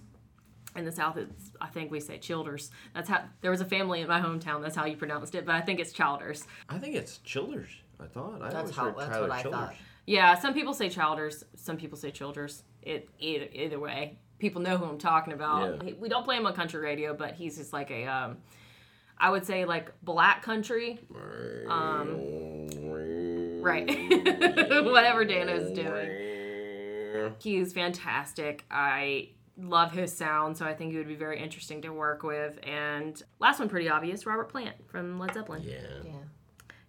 E: In the South, it's, I think we say Childers. That's how there was a family in my hometown. That's how you pronounced it, but I think it's Childers.
B: I think it's Childers. I thought. I always
D: how-
B: heard
D: that's
B: Tyler
D: what I
B: Childers.
D: thought.
E: Yeah, some people say Childers, some people say Childers. It either, either way, people know who I'm talking about.
B: Yeah.
E: We don't play him on country radio, but he's just like a, um, I would say like black country,
D: Um, [LAUGHS]
E: right? [LAUGHS] Whatever Dana's doing,
B: Oh,
E: he is fantastic. I love his sound, so I think he would be very interesting to work with. And last one, pretty obvious, Robert Plant from Led Zeppelin.
B: Yeah.
D: Yeah.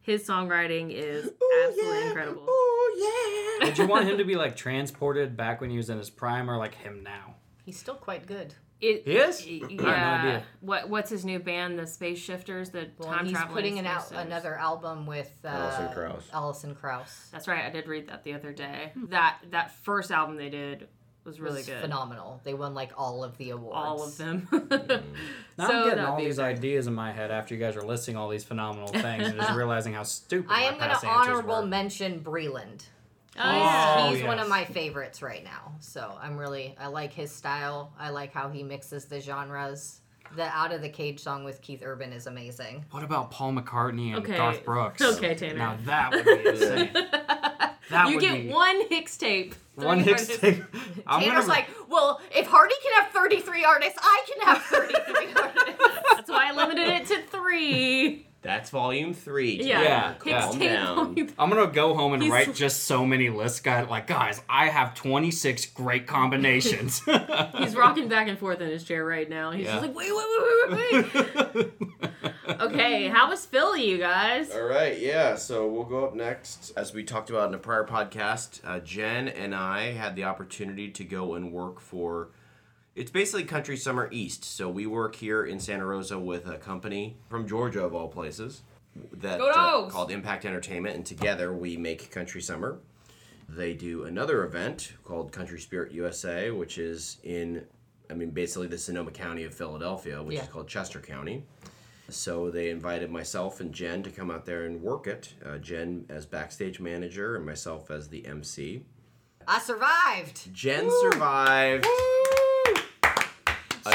E: His songwriting is absolutely incredible.
B: Oh yeah.
C: Did you want him to be like transported back when he was in his prime, or like him now?
D: He's still quite good.
E: It,
C: He is?
E: y-
C: I have
E: Yeah.
C: no idea.
E: What What's his new band? The Space Shifters. The
D: Well,
E: time
D: he's
E: traveling.
D: putting an
E: space
D: out
E: shifters.
D: another album with uh,
B: Alison Krauss.
D: Alison Krauss.
E: That's right. I did read that the other day. That that first album they did was really
D: It's
E: good.
D: Hmm. phenomenal. They won like all of the awards.
E: All of them. [LAUGHS]
C: Mm.
E: Oh,
C: Now
E: So
C: I'm getting
E: that'd
C: all
E: be
C: these ideas in my head after you guys are listing all these
E: [LAUGHS]
C: phenomenal things and just realizing how stupid my
D: I am going
C: past
D: to
C: answers
D: honorable
C: were.
D: mention Breland.
C: Oh,
D: he's one
C: yes.
D: of my favorites right now. So I'm really I like his style. I like how he mixes the genres. The Out of the Cage song with Keith Urban is amazing.
C: What about Paul McCartney and
E: Okay.
C: Garth Brooks?
E: Okay, Tanner.
C: Now that would
E: [LAUGHS]
C: be insane. that
E: you
C: would
E: get
C: be
E: one Hicks tape.
C: [LAUGHS] one
E: Three
C: hit
E: artists.
C: tape. I'm
D: Tanner's
C: gonna-
D: like, well, if Hardy can have 33 artists, I can have
C: [LAUGHS]
D: 33 artists.
E: That's why I limited it to three.
B: That's volume three.
E: Yeah.
C: Yeah,
E: Hicks
B: calm
E: tape.
B: down.
E: volume-
C: I'm gonna go home and
E: He's-
C: write just so many lists, guys. Like, guys, I have 26 great combinations.
E: [LAUGHS] He's rocking back and forth in his chair right now. He's
C: Yeah.
E: just like, wait, wait, wait, wait, wait, wait.
C: [LAUGHS]
E: okay, how was Philly, you guys?
B: All right, yeah. So we'll go up next. As we talked about in a prior podcast, uh, Jen and I had the opportunity to go and work for. It's basically Country Summer East. So we work here in Santa Rosa with a company from Georgia, of all places, that uh,
E: Go Dogs!
B: called Impact Entertainment, and together we make Country Summer. They do another event called Country Spirit USA, which is in, I mean, basically the Sonoma County of Philadelphia, which
D: Yeah.
B: is called Chester County. So they invited myself and Jen to come out there and work it. Uh, Jen as backstage manager and myself as the MC.
D: I survived.
B: Jen survived. a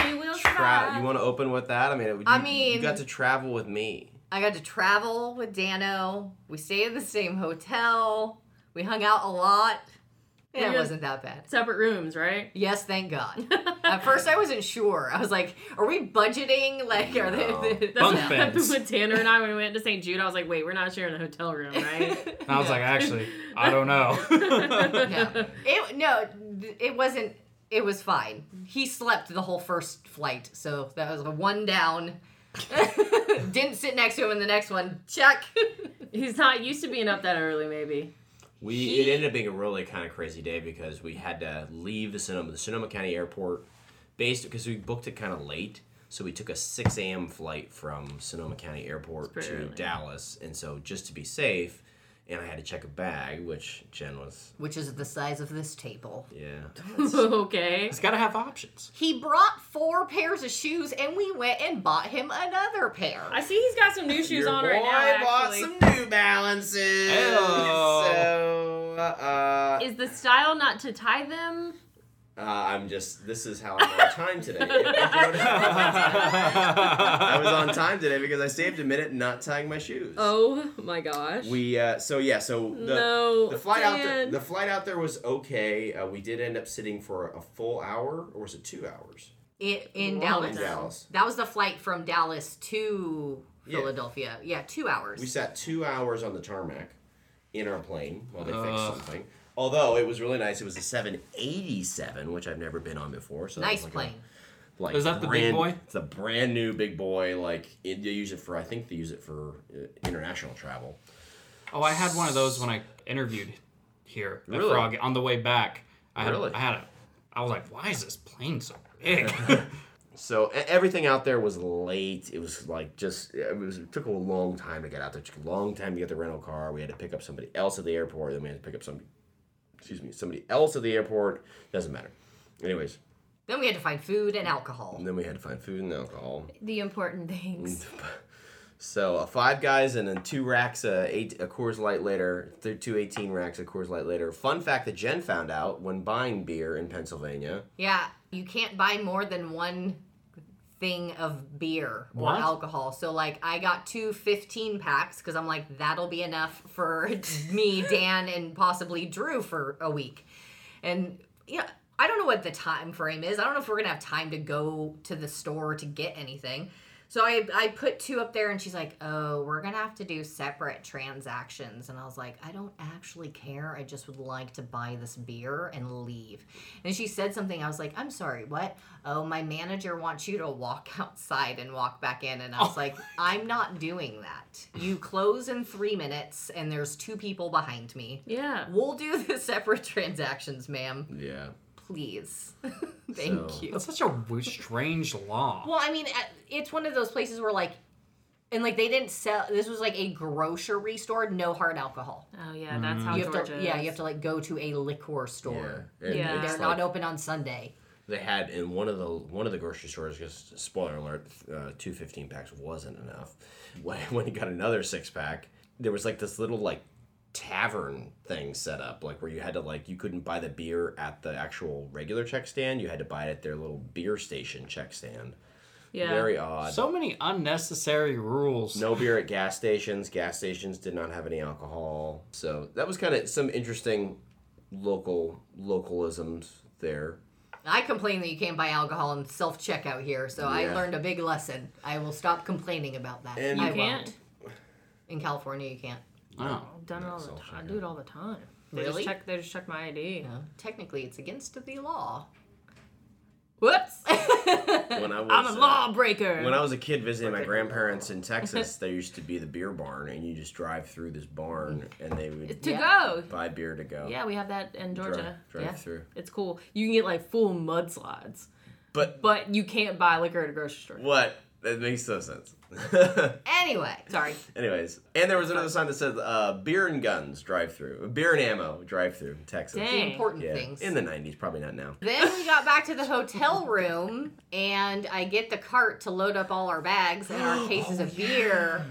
E: She will
B: tra-
E: survive.
B: You want to open with that? I mean, you,
D: I
B: you
D: mean-
B: got to travel with me.
D: I got to travel with Dano. We stayed at the same hotel. We hung out a lot. And it
E: We're-
D: wasn't that bad.
E: Separate rooms, right?
D: Yes, thank God. [LAUGHS]
E: [LAUGHS]
D: At first, I wasn't sure. I was like, "Are we budgeting? Like, are [LAUGHS] they?"
E: That's
C: Bunk
E: what happened
C: beds.
E: with Tanner and I when we went to St. Jude. I was like, wait, we're not sharing a hotel room,
D: [LAUGHS]
E: right?
C: And I was like, actually, I don't know.
D: no, [LAUGHS] it, no, th- it wasn't. It was fine. He slept the whole first flight, so that was a one down. Didn't sit next to him in the next one. Check. [LAUGHS]
E: He's not used to being up that early, maybe.
B: We it ended up being a really kind of crazy day because we had to leave the Sonoma, the Sonoma County Airport, based because we booked it kind of late. So we took a 6 a.m. flight from Sonoma County Airport
E: pretty
B: to
E: early.
B: Dallas, and so just to be safe, and I had to check a bag, which Jen was,
D: Which is the size of this table.
E: [LAUGHS]
B: yeah,
E: okay.
C: it's got to have
D: [LAUGHS]
C: options.
D: He brought four pairs of shoes, and we went and bought him another pair.
E: I see he's got some new shoes
B: Your
E: on
B: boy
E: right now.
B: bought
E: Actually.
B: some New Balances.
C: Ew.
B: So uh, uh,
E: Is the style not to tie them?
B: I'm just. This is how I'm on time today. [LAUGHS]
C: Oh,
B: I was on time today because I saved a minute not tying my shoes.
E: Oh my gosh.
B: We uh, so yeah so the
E: No,
B: the flight out there
E: Dan.
B: the flight out there was okay. Uh, we did end up sitting for a full hour or was it two hours
D: I- in
E: Wow.
D: Dallas.
B: in Dallas?
D: That was the flight from Dallas to
B: Yeah.
D: Philadelphia. Yeah, two hours.
B: We sat two hours on the tarmac in our plane while they fixed something. Although it was really nice. It was a 787, which I've never been on before. So that was
D: nice
B: like a-
D: plane.
B: like
C: Is that the big
B: brand-
C: boy?
B: It's a brand new big boy. Like it, they use it for I think they use it for uh, international travel.
C: Oh, I had one of those when I interviewed here at
B: Really?
C: Frog on the way back. I had,
B: Really?
C: I had a, I was like, why is this plane so
B: [LAUGHS]
C: big? [LAUGHS]
B: So e- everything out there was late. It was like just it was it took a long time to get out there. It took a long time to get the rental car. We had to pick up somebody else at the airport. Then we had to pick up somebody, excuse me, somebody else at the airport. Doesn't matter. Anyways,
D: Then we had to find food and alcohol.
B: and then we had to find food and alcohol.
E: the important things.
B: So uh, five guys and then two racks, uh, eight a Coors Light later, th- two 18 racks of Coors Light later. Fun fact that Jen found out when buying beer in Pennsylvania.
D: Yeah, you can't buy more than one thing of beer or
C: What?
D: alcohol. So like I got two 15 packs cuz I'm like that'll be enough for [LAUGHS] me, Dan and possibly Drew for a week. And yeah, I don't know what the time frame is. I don't know if we're going to have time to go to the store to get anything. So I I put two up there and she's like, "Oh, we're going to have to do separate transactions." And I was like, "I don't actually care. I just would like to buy this beer and leave." And she said something. I was like, "I'm sorry, what? Oh, my manager wants you to walk [LAUGHS] outside and walk back in." And I was like, "I'm not doing that. You close in 3 minutes and there's two people behind me."
E: Yeah.
D: We'll do [LAUGHS] the separate transactions, ma'am.
B: Yeah.
D: Please. Thank
B: So-
D: you.
C: That's such a w- strange law.
D: Well, I mean, uh, it's one of those places where, like, and like they didn't sell. This was like a grocery store, no hard alcohol.
E: Oh yeah,
B: Mm-hmm.
E: that's how
D: You have
E: Georgia.
D: to,
E: is.
D: yeah, you have to like go to a liquor store.
B: And
E: Yeah.
B: it's
D: They're
B: like-
D: not open on Sunday.
B: they had in one of the one of the grocery stores because spoiler alert uh, two 15 packs wasn't enough [LAUGHS] when, when he got another six pack there was like this little like tavern thing set up like where you had to like you couldn't buy the beer at the actual regular check stand you had to buy it at their little beer station check stand
E: Yeah.
B: very odd
C: So many unnecessary rules.
B: no beer at gas stations gas stations did not have any alcohol so that was kind of some interesting local localisms there
D: I complain that you can't buy alcohol in self checkout here, so I
B: Yeah.
D: learned a big lesson. I will stop complaining about that.
B: And- You
D: I
E: You can't.
D: won't. In California, you can't.
C: Oh.
E: I've done it all the time. I do it all the time. They
D: Really?
E: Just check, they just check my ID.
D: No, technically, it's against the law. [LAUGHS]
E: Whoops!
B: when i was
E: I'm a
B: uh,
E: lawbreaker.
B: When I was a kid visiting my grandparents in Texas, there used to be the beer barn, and you just drive through this barn, and they would
E: to
D: Yeah.
E: go.
B: buy beer to go.
E: Yeah, we have that in
B: Drive,
E: Georgia.
B: drive
E: yeah.
B: through.
E: It's cool. You can get like full mudslides,
B: But
E: but you can't buy liquor at a grocery store.
B: what? That makes no sense. [LAUGHS]
D: Anyway,
E: Sorry.
B: Anyways, and there was another sign that said uh, "Beer and Guns" drive through, beer and ammo drive through, Texas.
E: Dang.
D: the important
B: Yeah,
D: things.
B: in the '90s, probably not now.
D: Then we got back to the hotel room, and I get the cart to load up all our bags and our cases of beer.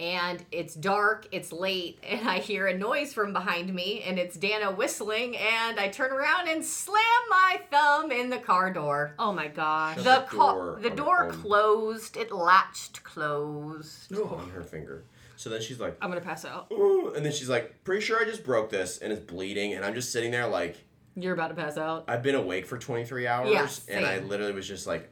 D: and it's dark, it's late, and I hear a noise from behind me, and it's Dana whistling, and I turn around and slam my thumb in the car door.
E: Oh my gosh.
B: Shut
D: The,
B: the
D: ca-
B: door
D: the
B: on
D: door
B: her own.
D: closed, it latched closed.
B: on her finger. So then she's like,
E: I'm gonna pass out.
B: "Ooh," and then she's like, pretty sure I just broke this and it's bleeding. And I'm just sitting there like,
E: You're about to pass out.
B: I've been awake for 23 hours.
D: Yeah,
B: and I
D: same.
B: literally was just like,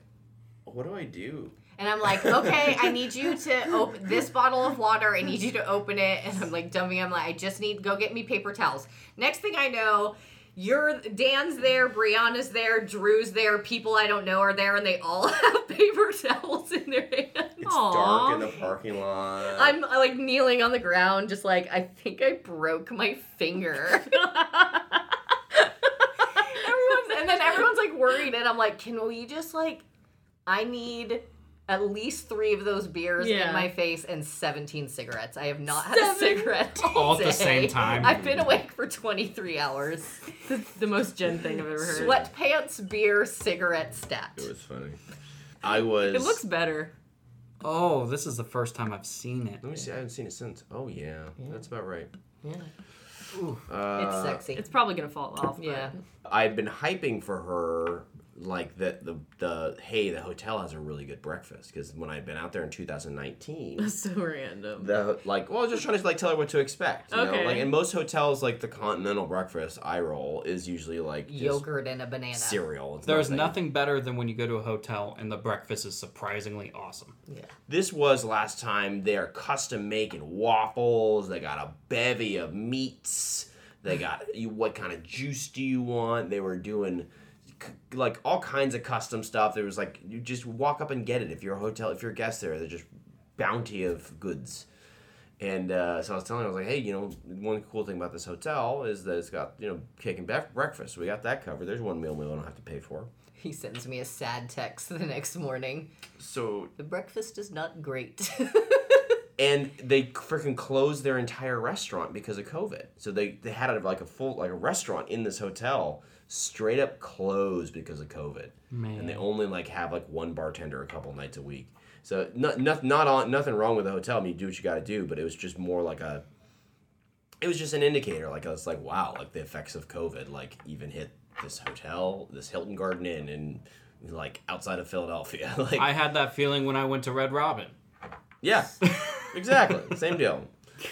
B: what do I do?
D: And I'm like, okay, I need you to open this bottle of water. I need you to open it. And I'm like, dummy, I'm like, I just need go get me paper towels. Next thing I know, you're Dan's there, Brianna's there, Drew's there, people I don't know are there, and they all [LAUGHS] have paper towels in their hands.
B: It's
E: Aw.
B: dark in the parking lot.
D: I'm uh, like kneeling on the ground, just like, I think I broke my finger. [LAUGHS] everyone's and then everyone's like worried and i'm like can we just like i need at least three of those beers
E: Yeah.
D: in my face and 17 cigarettes i have not had a
E: Seven.
D: cigarette
C: [LAUGHS] All at the
D: day.
C: same time.
D: i've been awake for 23 hours
E: The most gen thing I've ever heard.
D: sweatpants beer cigarette stat
B: It was funny. I was.
E: It looks better.
C: Oh, this is the first time I've seen it.
B: Let me see. I haven't seen it since. Oh yeah, that's about right.
D: it's sexy
E: It's probably gonna fall off. but-
D: yeah
B: I've been hyping for her like that the the hey the hotel has a really good breakfast because when I'd been out there in 2019.
E: [LAUGHS] So random.
B: The, like well, I was just trying to like tell her what to expect. You
E: Okay.
B: Know? Like in most hotels, like the continental breakfast I roll is usually like just
D: yogurt and a banana
B: cereal. It's
C: There's
B: like-
C: nothing better than when you go to a hotel and the breakfast is surprisingly awesome.
B: This was last time. They're custom making waffles. They got a bevy of meats. They got you. What kind of juice do you want? They were doing c- like all kinds of custom stuff. There was like you just walk up and get it if you're a hotel if you're a guest there. They're just bounty of goods. And uh, so I was telling her, I was like, hey, you know, one cool thing about this hotel is that it's got, you know, cake and bef- breakfast. We got that covered. There's one meal we don't have to pay for.
D: he sends me a sad text [LAUGHS] the next morning
B: So
D: the breakfast is not great [LAUGHS]
B: and they freaking closed their entire restaurant because of COVID. So they they had a, like a full like a restaurant in this hotel straight up closed because of COVID. Man. And they only like have like one bartender a couple nights a week. So not not not on nothing wrong with the hotel. I mean, you do what you got to do, but it was just more like a it was just an indicator like I was like wow, like the effects of COVID like even hit this hotel, this Hilton Garden Inn and like outside of Philadelphia. [LAUGHS] like
C: I had that feeling when I went to Red Robin.
B: yeah, exactly. Same deal.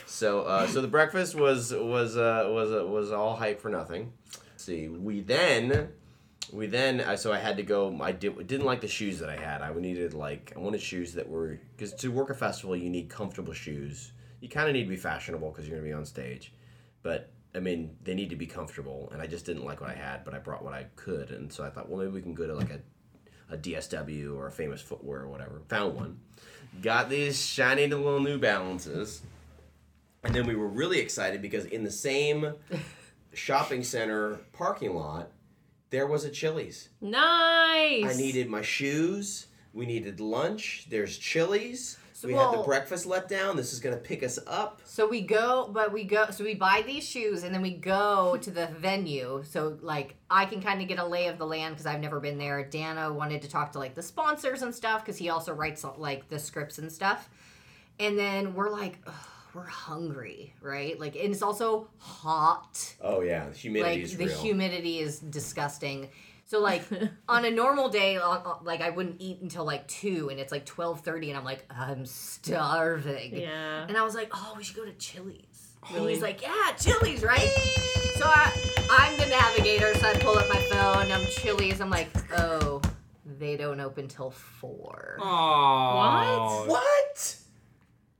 B: So, uh, so the breakfast was was uh, was uh, was all hype for nothing. see, we then we then I so I had to go. I did, didn't like the shoes that I had. I needed like I wanted shoes that were because to work a festival you need comfortable shoes. You kind of need to be fashionable because you're gonna be on stage, but I mean they need to be comfortable. And I just didn't like what I had, but I brought what I could, and so I thought, well, maybe we can go to like a a DSW or a famous footwear or whatever. Found one. Got these shiny little New Balances. And then we were really excited because in the
D: [LAUGHS]
B: same shopping center parking lot, there was a Chili's.
E: Nice.
B: I needed my shoes. We needed lunch. There's Chili's. we had the
D: well-
B: breakfast letdown. This is going to pick us up.
D: So we go, but we go, so we buy these shoes and then we go to the venue. So, like, I can kind of get a lay of the land because I've never been there. Dano wanted to talk to, like, the sponsors and stuff because he also writes, like, the scripts and stuff. And then we're like, "Ugh, we're hungry, right? Like, and it's also hot
B: Oh, yeah. The humidity
D: like
B: is
D: the
B: real.
D: humidity is disgusting so
E: [LAUGHS]
D: like on a normal day on- on- like i wouldn't eat until like 2 and it's like 12.30 and i'm like i'm starving
E: Yeah.
D: and i was like oh we should go to chili's and he's like yeah chili's right so i i'm the navigator so i pull up my phone i'm chili's i'm like oh they don't open till 4
C: Oh,
B: what?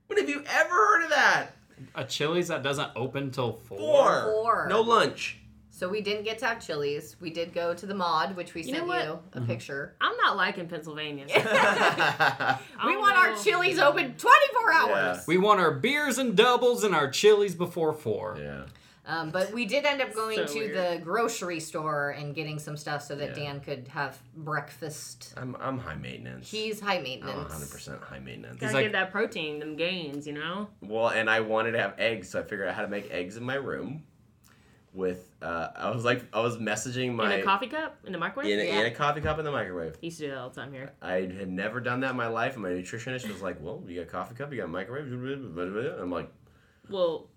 B: What have you ever heard of that?
C: A Chili's that doesn't open till four.
B: Four.
D: Four.
B: No
D: [LAUGHS]
B: lunch. [LAUGHS]
D: so we didn't get to have chili's we did go to the mod which we
E: know
D: sent you
E: what?
D: a
B: Mm-hmm.
D: picture
E: I'm not liking Pennsylvania.
B: [LAUGHS]
E: I
D: we
E: don't
D: want our
E: know.
D: chili's open 24 hours
B: Yeah.
C: We want our beers and doubles and our Chili's before four.
B: Yeah.
D: Um, but we did end up going
E: So
D: to
E: weird.
D: the grocery store and getting some stuff so that
B: Yeah.
D: Dan could have breakfast.
B: I'm, I'm high maintenance.
D: He's high
B: I'm
D: maintenance.
B: Oh, 100% high maintenance.
E: Gotta
C: like-
E: get that protein, them gains, you know.
B: Well, and I wanted to have eggs, so I figured out how to make eggs in my room. with uh, I was like I was messaging
E: in
B: my
E: a coffee cup in the microwave.
B: in a,
E: yeah.
B: in a coffee cup in the microwave.
E: I used to do that all the time here.
B: I had never done that in my life, and my nutritionist was like, "Well, you got a coffee cup, you got a microwave." I'm like,
E: Well,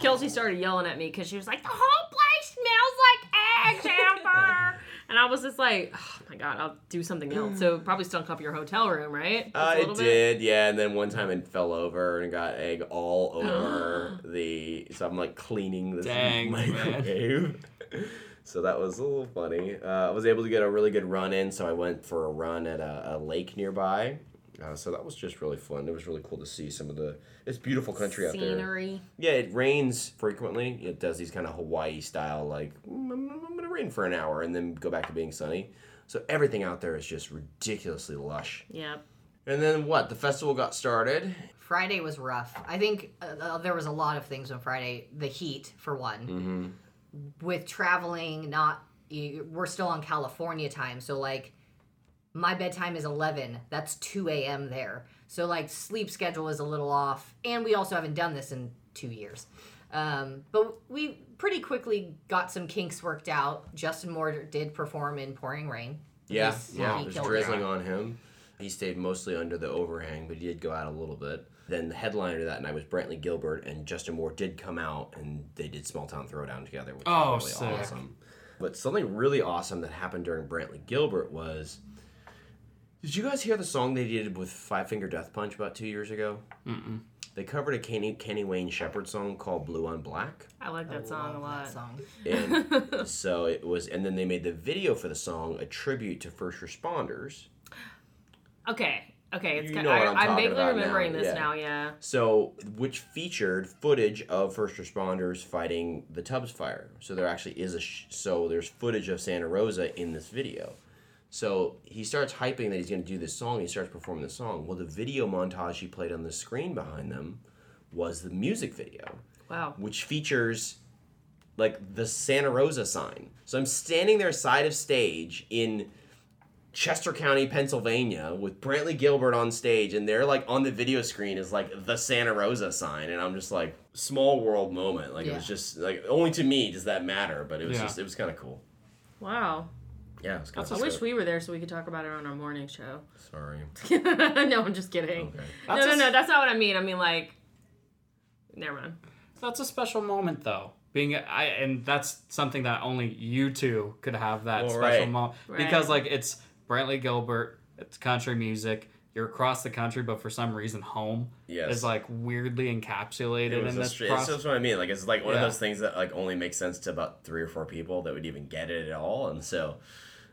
E: Kelsey started yelling at me because she was like, "The whole place smells like eggs, Amber," and I was just like, "Oh my god, I'll do something else." So it probably stunk up your hotel room, right? Just a
B: uh,
E: little
B: "It
E: bit?
B: did, yeah." And then one time it fell over and got egg
E: [GASPS]
B: all over the. So I'm like cleaning this
C: Dang, man.
B: microwave. [LAUGHS] so that was a little funny. Uh, I was able to get a really good run in, so I went for a run at a, a lake nearby. Uh, so that was just really fun. It was really cool to see some of the. It's beautiful country out there.
E: Scenery.
B: Yeah, it rains frequently. It does these kind of Hawaii style, like "Mm, I'm, I'm going to rain for an hour and then go back to being sunny. So everything out there is just ridiculously lush.
E: Yeah.
B: And then what? The festival got started.
D: Friday was rough. I think uh, uh, there was a lot of things on Friday. The heat, for one,
B: Mm-hmm.
D: with traveling. Not you- we're still on California time, so like my bedtime is eleven. That's two a.m. there. So like sleep schedule is a little off, and we also haven't done this in two years. Um, but we pretty quickly got some kinks worked out. Justin Moore did perform in pouring rain.
B: Yeah,
D: Yes.
B: yeah.
D: Wow.
B: It was
D: Killed
B: drizzling
D: that.
B: on him. He stayed mostly under the overhang, but he did go out a little bit. Then the headliner that night was Brantley Gilbert, and Justin Moore did come out, and they did Small Town Throwdown together, which
C: Oh,
B: was really
C: sick.
B: awesome. But something really awesome that happened during Brantley Gilbert was. Did you guys hear the song they did with Five Finger Death Punch about two years ago? Mm-mm. They covered a Kenny, Kenny Wayne Shepherd song called Blue on Black.
E: I like that song a lot.
D: That song.
B: And so it was, and then they made the video for the song a tribute to first responders.
E: Okay. Okay. It's
B: You
E: kind
B: know
E: of,
B: what I'm
E: I, am
B: talking
E: vaguely
B: about now,
E: remembering this
B: yeah.
E: now. Yeah.
B: So, which featured footage of first responders fighting the Tubbs fire. So there actually is a sh- so there's footage of Santa Rosa in this video. So he starts hyping that he's going to do this song. He starts performing the song. Well, the video montage he played on the screen behind them was the music video,
E: Wow.
B: which features like the Santa Rosa sign. So I'm standing there side of stage in Chester County, Pennsylvania, with Brantley Gilbert on stage, and they're like on the video screen is like the Santa Rosa sign, and I'm just like small world moment. Like it was
D: Yeah.
B: just like only to me does that matter, but it was
C: Yeah.
B: just it was kind of cool.
E: Wow.
B: Yeah, it was kind
E: I wish we were there so we could talk about it on our morning show. [LAUGHS]
B: Sorry.
E: no, I'm just kidding.
B: Okay.
E: No,
C: That's
E: no,
C: a-
E: no. That's not what I mean. I mean like. Never mind.
C: That's a special moment, though. Being I and that's something that only you two could have that
B: Well,
C: special
B: right.
C: moment because like it's Brantley Gilbert, it's country music. You're across the country, but for some reason, home
B: Yes.
C: is like weirdly encapsulated
B: It
C: in
B: was a
C: this
B: str- it's
C: process.
B: just what I mean. Like it's like one
C: Yeah.
B: of those things that like only makes sense to about three or four people that would even get it at all, and so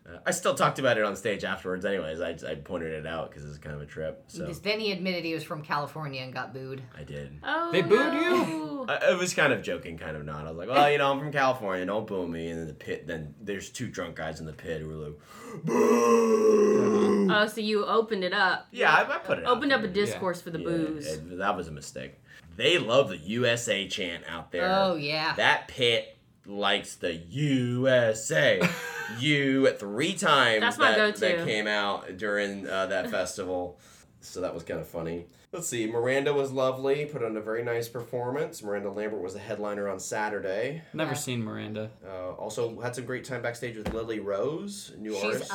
B: uh, I still talked about it on stage afterwards. Anyways, I, I pointed it out because it's kind of a trip. So
D: Because then he admitted he was from California and got booed.
B: I did.
E: [LAUGHS] Oh.
C: They booed
E: no.
B: I, I was kind of joking, kind of not. I was like, well, you know, I'm from California, don't boo me. And then the pit, then there's two drunk guys in the pit who were like, boo.
E: Oh, so you opened it up.
B: Yeah, I, I put it. out
E: Opened up a
B: there.
E: discourse for the
B: Yeah,
E: booze.
B: it- that was a mistake. They love the USA chant out there.
D: Oh yeah.
B: That pit likes the
E: [LAUGHS]
B: USA. you three times
E: That's my
B: that,
E: go-to.
B: that came out during uh,
E: [LAUGHS]
B: that festival. So that was kind of funny. Let's see. Miranda was lovely, put on a very nice performance. Miranda Lambert was the headliner on Saturday.
C: Never seen Miranda.
B: Uh, also had some great time backstage with Lily Rose, new
D: She's
B: artist.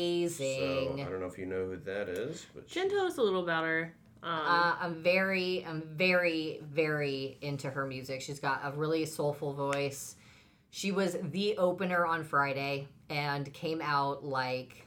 B: so
D: amazing.
B: I don't know if you know who that is, but
E: Jen told us a little about her. Um,
D: uh, I'm very, I'm very, very into her music. She's got a really soulful voice. She was the opener on Friday and came out like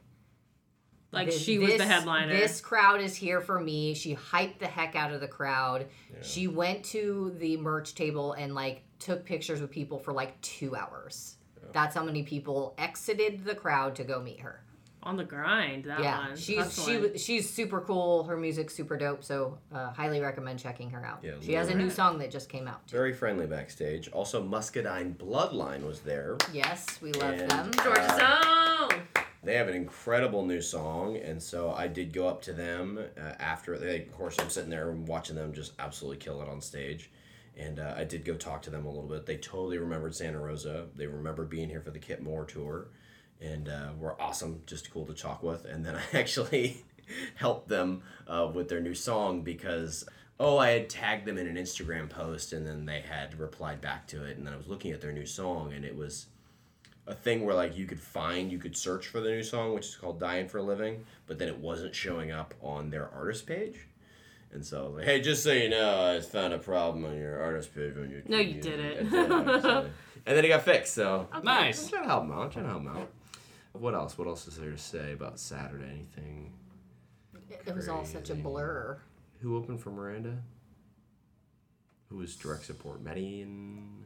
E: like
D: Th-
E: she was the
D: this-
E: headliner.
D: This crowd is here for me. She hyped the heck out of the crowd. She went to the merch table and like took pictures with people for like two hours. That's how many people exited the crowd to go meet her.
E: on the grind. That
D: yeah,
E: one.
D: she's
E: That's
D: she
E: one.
D: wa- she's super cool. Her music's super dope. So uh, highly recommend checking her out.
B: Yeah,
D: she has a
B: Laura.
D: new song that just came out. Too.
B: very friendly backstage. Also, Muscadine Bloodline was there.
D: Yes, we love
B: And-
D: them.
E: Georgia Zone.
B: They have an incredible new song, and so I did go up to them uh, after. They, of course, I'm sitting there and watching them just absolutely kill it on stage. And uh, I did go talk to them a little bit. They totally remembered Santa Rosa. They remembered being here for the Kit Moore tour, and uh, were awesome, just cool to [LAUGHS] talk with. And then I actually helped them uh, with their new song because oh, I had tagged them in an Instagram post, and then they had replied back to it, and then I was looking at their new song, and it was a thing where like you could find, you could search for the new song, which is called "Dying for a Living," but then it wasn't showing up on their artist page. And so I was like, hey, just so you know, I just found a problem on your artist page on your
E: No, you
B: and-
E: didn't.
B: And
E: [LAUGHS]
B: so- and then it got fixed, so I'm
C: Nice.
B: trying to help him out. I'm trying to help him out. What else? What else is there to say about Saturday? Anything?
D: It, it was all such a blur.
B: Who opened for Miranda? Who was direct support? Maddie and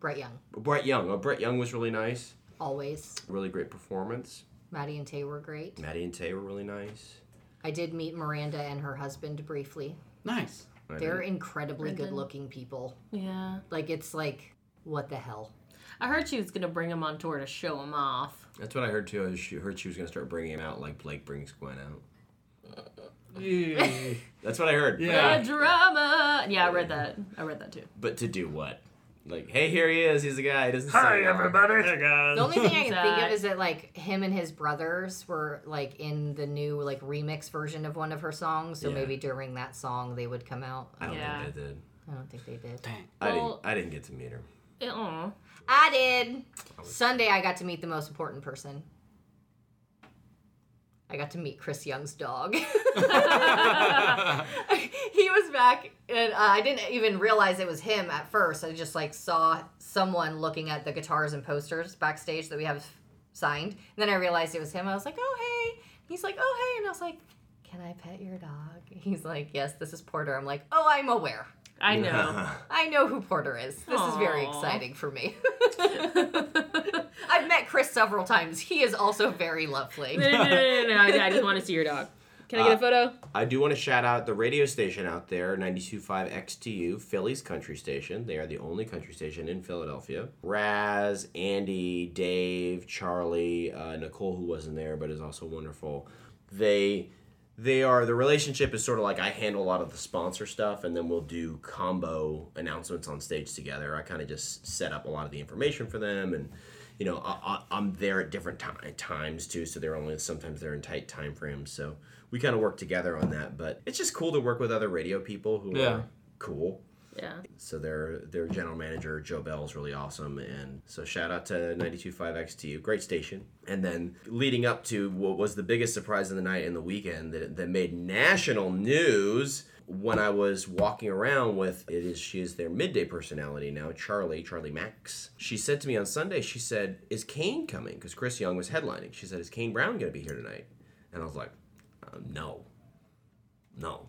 D: Brett Young,
B: Brett Young. Oh, Brett Young was really nice.
D: always.
B: Really great performance.
D: Maddie and Tay were great.
B: Maddie and Tay were really nice.
D: I did meet Miranda and her husband briefly.
C: Nice.
B: I
D: They're
B: didn't-
D: incredibly
E: Brendan.
D: good looking people.
E: Yeah.
D: Like, it's like, what the hell?
E: I heard she was gonna bring him on tour to show him off.
B: That's what I heard too. I she heard she was gonna start bringing him out like Blake brings Gwen out.
C: Yeah.
B: That's what I heard.
C: Yeah.
E: The drama. Yeah, I read that. I read that too.
B: But to do what? Like, hey, here he is. He's the guy. He doesn't. sing.
C: Hey guys.
D: The only thing I can think
E: Sad.
D: of is that, like, him and his brothers were, like, in the new, like, remix version of one of her songs. So
B: Yeah.
D: maybe during that song they would come out.
B: I don't
E: Yeah.
B: think they did.
D: I don't think they did.
B: I didn't.
E: Well-
B: I didn't get to meet her.
E: Uh-uh.
D: I did. Sunday, I got to meet the most important person. I got to meet Chris Young's dog. [LAUGHS] he was back, and uh, I didn't even realize it was him at first. I just like saw someone looking at the guitars and posters backstage that we have signed. And then I realized it was him. I was like, "Oh hey!" He's like, "Oh hey!" And I was like, "Can I pet your dog?" He's like, "Yes, this is Porter." I'm like, "Oh, I'm aware.
B: [LAUGHS]
E: I know.
D: I know who Porter is. This is very
E: Aw.
D: exciting for me." I've met Chris several times. He is also very lovely.
E: no, no, no, no, no. I just want to see your dog. Can I get a photo?
B: I do want to shout out the radio station out there, 92.5 XTU, Philly's country station. They are the only country station in Philadelphia. Raz, Andy, Dave, Charlie, uh, Nicole, who wasn't there but is also wonderful. They they are the relationship is sort of like I handle a lot of the sponsor stuff, and then we'll do combo announcements on stage together. I kind of just set up a lot of the information for them, and you know I, I, I'm there at different ti- times too, so they're only sometimes they're in tight time frames. So we kind of work together on that, but it's just cool to work with other radio people who
C: Yeah.
B: are cool.
E: Yeah.
B: So their their general manager Joe Bell is really awesome, and so shout out to 92.5 XTU, great station. And then leading up to what was the biggest surprise of the night and the weekend that, that made national news when I was walking around with it is she is their midday personality now Charlie Charlie Max. She said to me on Sunday, she said, "Is Kane coming?" Because Chris Young was headlining. She said, "Is Kane Brown going to be here tonight?" And I was like, uh, "No." no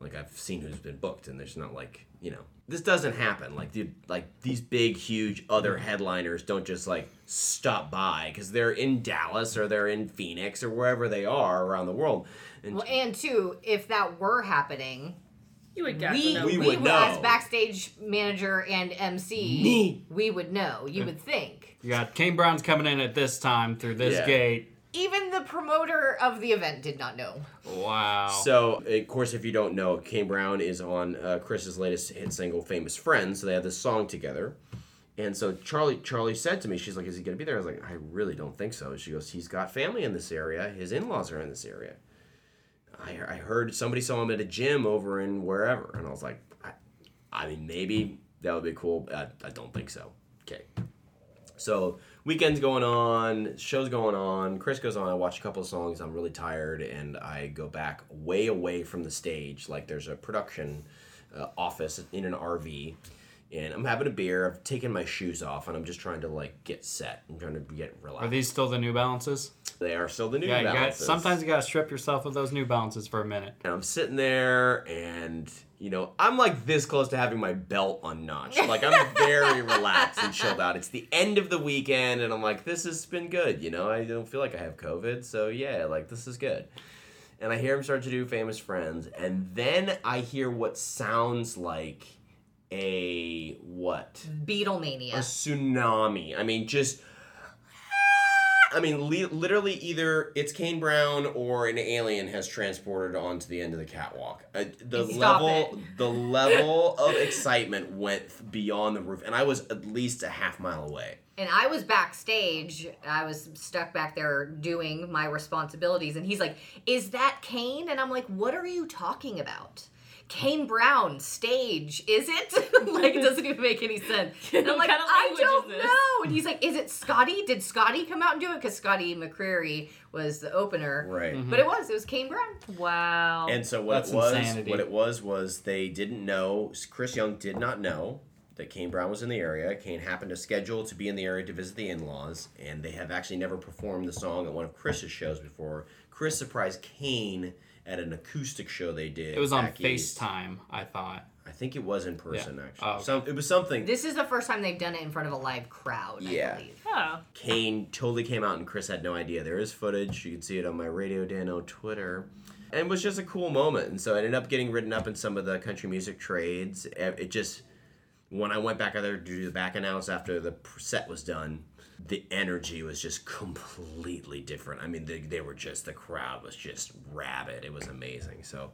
B: like i've seen who's been booked and there's not like you know this doesn't happen like dude like these big huge other headliners don't just like stop by because they're in dallas or they're in phoenix or wherever they are around the world and
D: Well, and two, if that were happening,
E: You would guess.
D: we,
E: no.
D: we,
B: We
D: would
B: would
D: as
B: know.
D: backstage manager and MC,
B: Me. Mm.
D: we would know. You would think.
C: You got Kane Brown's coming in at this time through this
B: Yeah.
C: gate.
D: Even the promoter of the event did not know.
C: Wow.
B: So, of course, if you don't know, Kane Brown is on uh, Chris's latest hit single, "Famous Friend," so they had this song together. And so Charlie, Charlie said to me, she's like, "Is he gonna be there?" I was like, "I really don't think so." She goes, "He's got family in this area. His in-laws are in this area." I, I heard somebody saw him at a gym over in wherever, and I was like, "I, I mean, maybe that would be cool. but I, I don't think so." Okay. So weekend's going on, show's going on. Chris goes on. I watch a couple of songs. I'm really tired, and I go back way away from the stage. Like there's a production uh, office in an RV, and I'm having a beer. I've taken my shoes off, and I'm just trying to like get set. I'm trying to get
C: Are
B: relaxed.
C: these still the New Balances?
B: they are still the New
C: Yeah, you got,
B: Balances.
C: sometimes you gotta strip yourself of those New Balances for a minute.
B: and I'm sitting there, and you know, I'm like this close to having my belt unnotched. Like I'm very relaxed and chilled out. It's the end of the weekend, and I'm like, this has been good. You know, I don't feel like I have COVID, so yeah, like this is good. And I hear him start to do famous friends, and then I hear what sounds like a what a
D: Beatlemania.
B: tsunami. I mean, just. I mean, li- literally, either it's Kane Brown or an alien has transported onto the end of the catwalk. Uh, the
E: Stop
B: level, the level of excitement went beyond the roof, and I was at least a half mile away.
D: And I was backstage. I was stuck back there doing my responsibilities. And he's like, Is that Kane? And I'm like, What are you talking about? Kane Brown stage, is it? [LAUGHS] like it doesn't even make
E: [LAUGHS]
D: any sense. And I'm
E: What
D: like,
E: kind of
D: I
E: language
D: don't
E: is this?"
D: know. And he's like, is it Scotty? Did Scotty come out and do it? Because Scotty McCreary was the opener.
B: Right.
E: Mm-hmm.
D: But it was, it was Kane Brown.
E: Wow.
B: And so what
C: Oh, That's
B: it was,
C: insanity.
B: what it was was they didn't know. Chris Young did not know that Kane Brown was in the area. Kane happened to schedule to be in the area to visit the in-laws, and they have actually never performed the song at one of Chris's shows before. Chris surprised Kane at an acoustic show they did.
C: It was on
B: back east.
C: FaceTime, I thought.
B: I think it was in person actually.
C: Oh, okay.
B: Some, it was something.
D: This is the first time they've done it in front of a live crowd,
B: Yeah.
D: I believe.
E: oh.
B: Kane totally came out and Chris had no idea. There is footage. You can see it on my Radio Dano Twitter. And it was just a cool moment. And so I ended up getting written up in some of the country music trades. Eh, It just, when I went back out there to do the back announce after the pr- set was done, the energy was just completely different. I mean, they, they were just, the crowd was just rabid. It was amazing. So,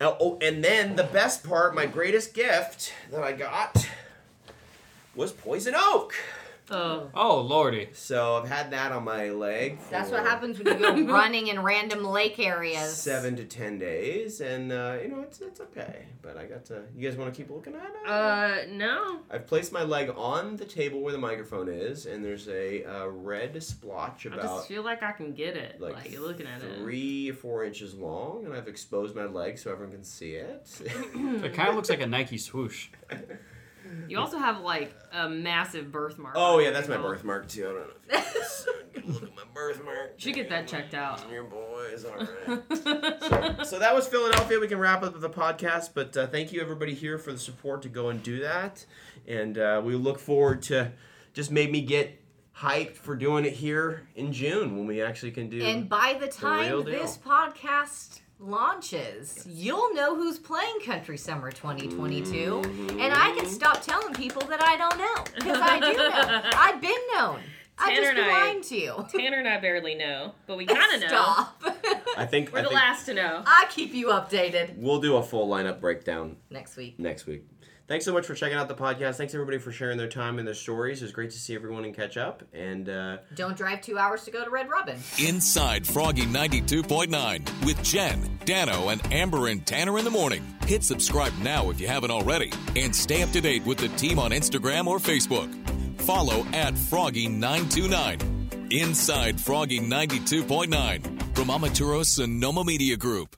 B: oh, oh, and then the best part, my greatest gift that I got was Poison Oak.
E: Oh.
C: Oh lordy.
B: So I've had that on my leg. For
D: That's what happens when you
E: [LAUGHS]
D: go running in random lake areas.
B: Seven to ten days, and uh, you know it's it's okay. But I got to. You guys want to keep looking at it?
E: Uh, no.
B: I've placed my leg on the table where the microphone is, and there's a uh, red splotch
E: I just
B: about
E: feel like I can get it. Like,
B: like
E: you're looking at it.
B: three or four inches long, and I've exposed my leg so everyone can see it.
E: [LAUGHS]
C: It kind of looks like a Nike swoosh.
E: You also have like a massive birthmark.
B: oh yeah, that's my birthmark too. I don't know. If you
E: [LAUGHS]
B: guys can look at my birthmark.
E: Should get that checked out.
B: Your boys, all
E: [LAUGHS]
B: right. so, so that was Philadelphia. We can wrap up the podcast, but uh, thank you everybody here for the support to go and do that, and uh, we look forward to. Just made me get hyped for doing it here in June when we actually can do.
D: And by the
B: real
D: time
B: deal.
D: this podcast launches, you'll know who's playing Country Summer 2022.
B: Mm-hmm.
D: And I can stop telling people that I don't know. Because I
B: [LAUGHS]
D: do know. I've been known. I've just
E: Tanner
D: been
E: and I-
D: lying to you.
E: Tanner and I barely know, but we kind of know.
D: Stop.
B: I think
E: We're
B: I
E: the
B: think
E: last to know.
D: I keep you updated
B: we'll do a full lineup breakdown
D: next week.
B: next week. Thanks so much for checking out the podcast. Thanks everybody for sharing their time and their stories. It was great to see everyone and catch up. And uh,
D: Don't drive two hours to go to Red Robin.
A: Inside Froggy 92.9 with Jen, Dano, and Amber and Tanner in the morning. Hit subscribe now if you haven't already and stay up to date with the team on Instagram or Facebook. Follow at Froggy929. Inside Froggy 92.9 from Amaturo Sonoma Media Group.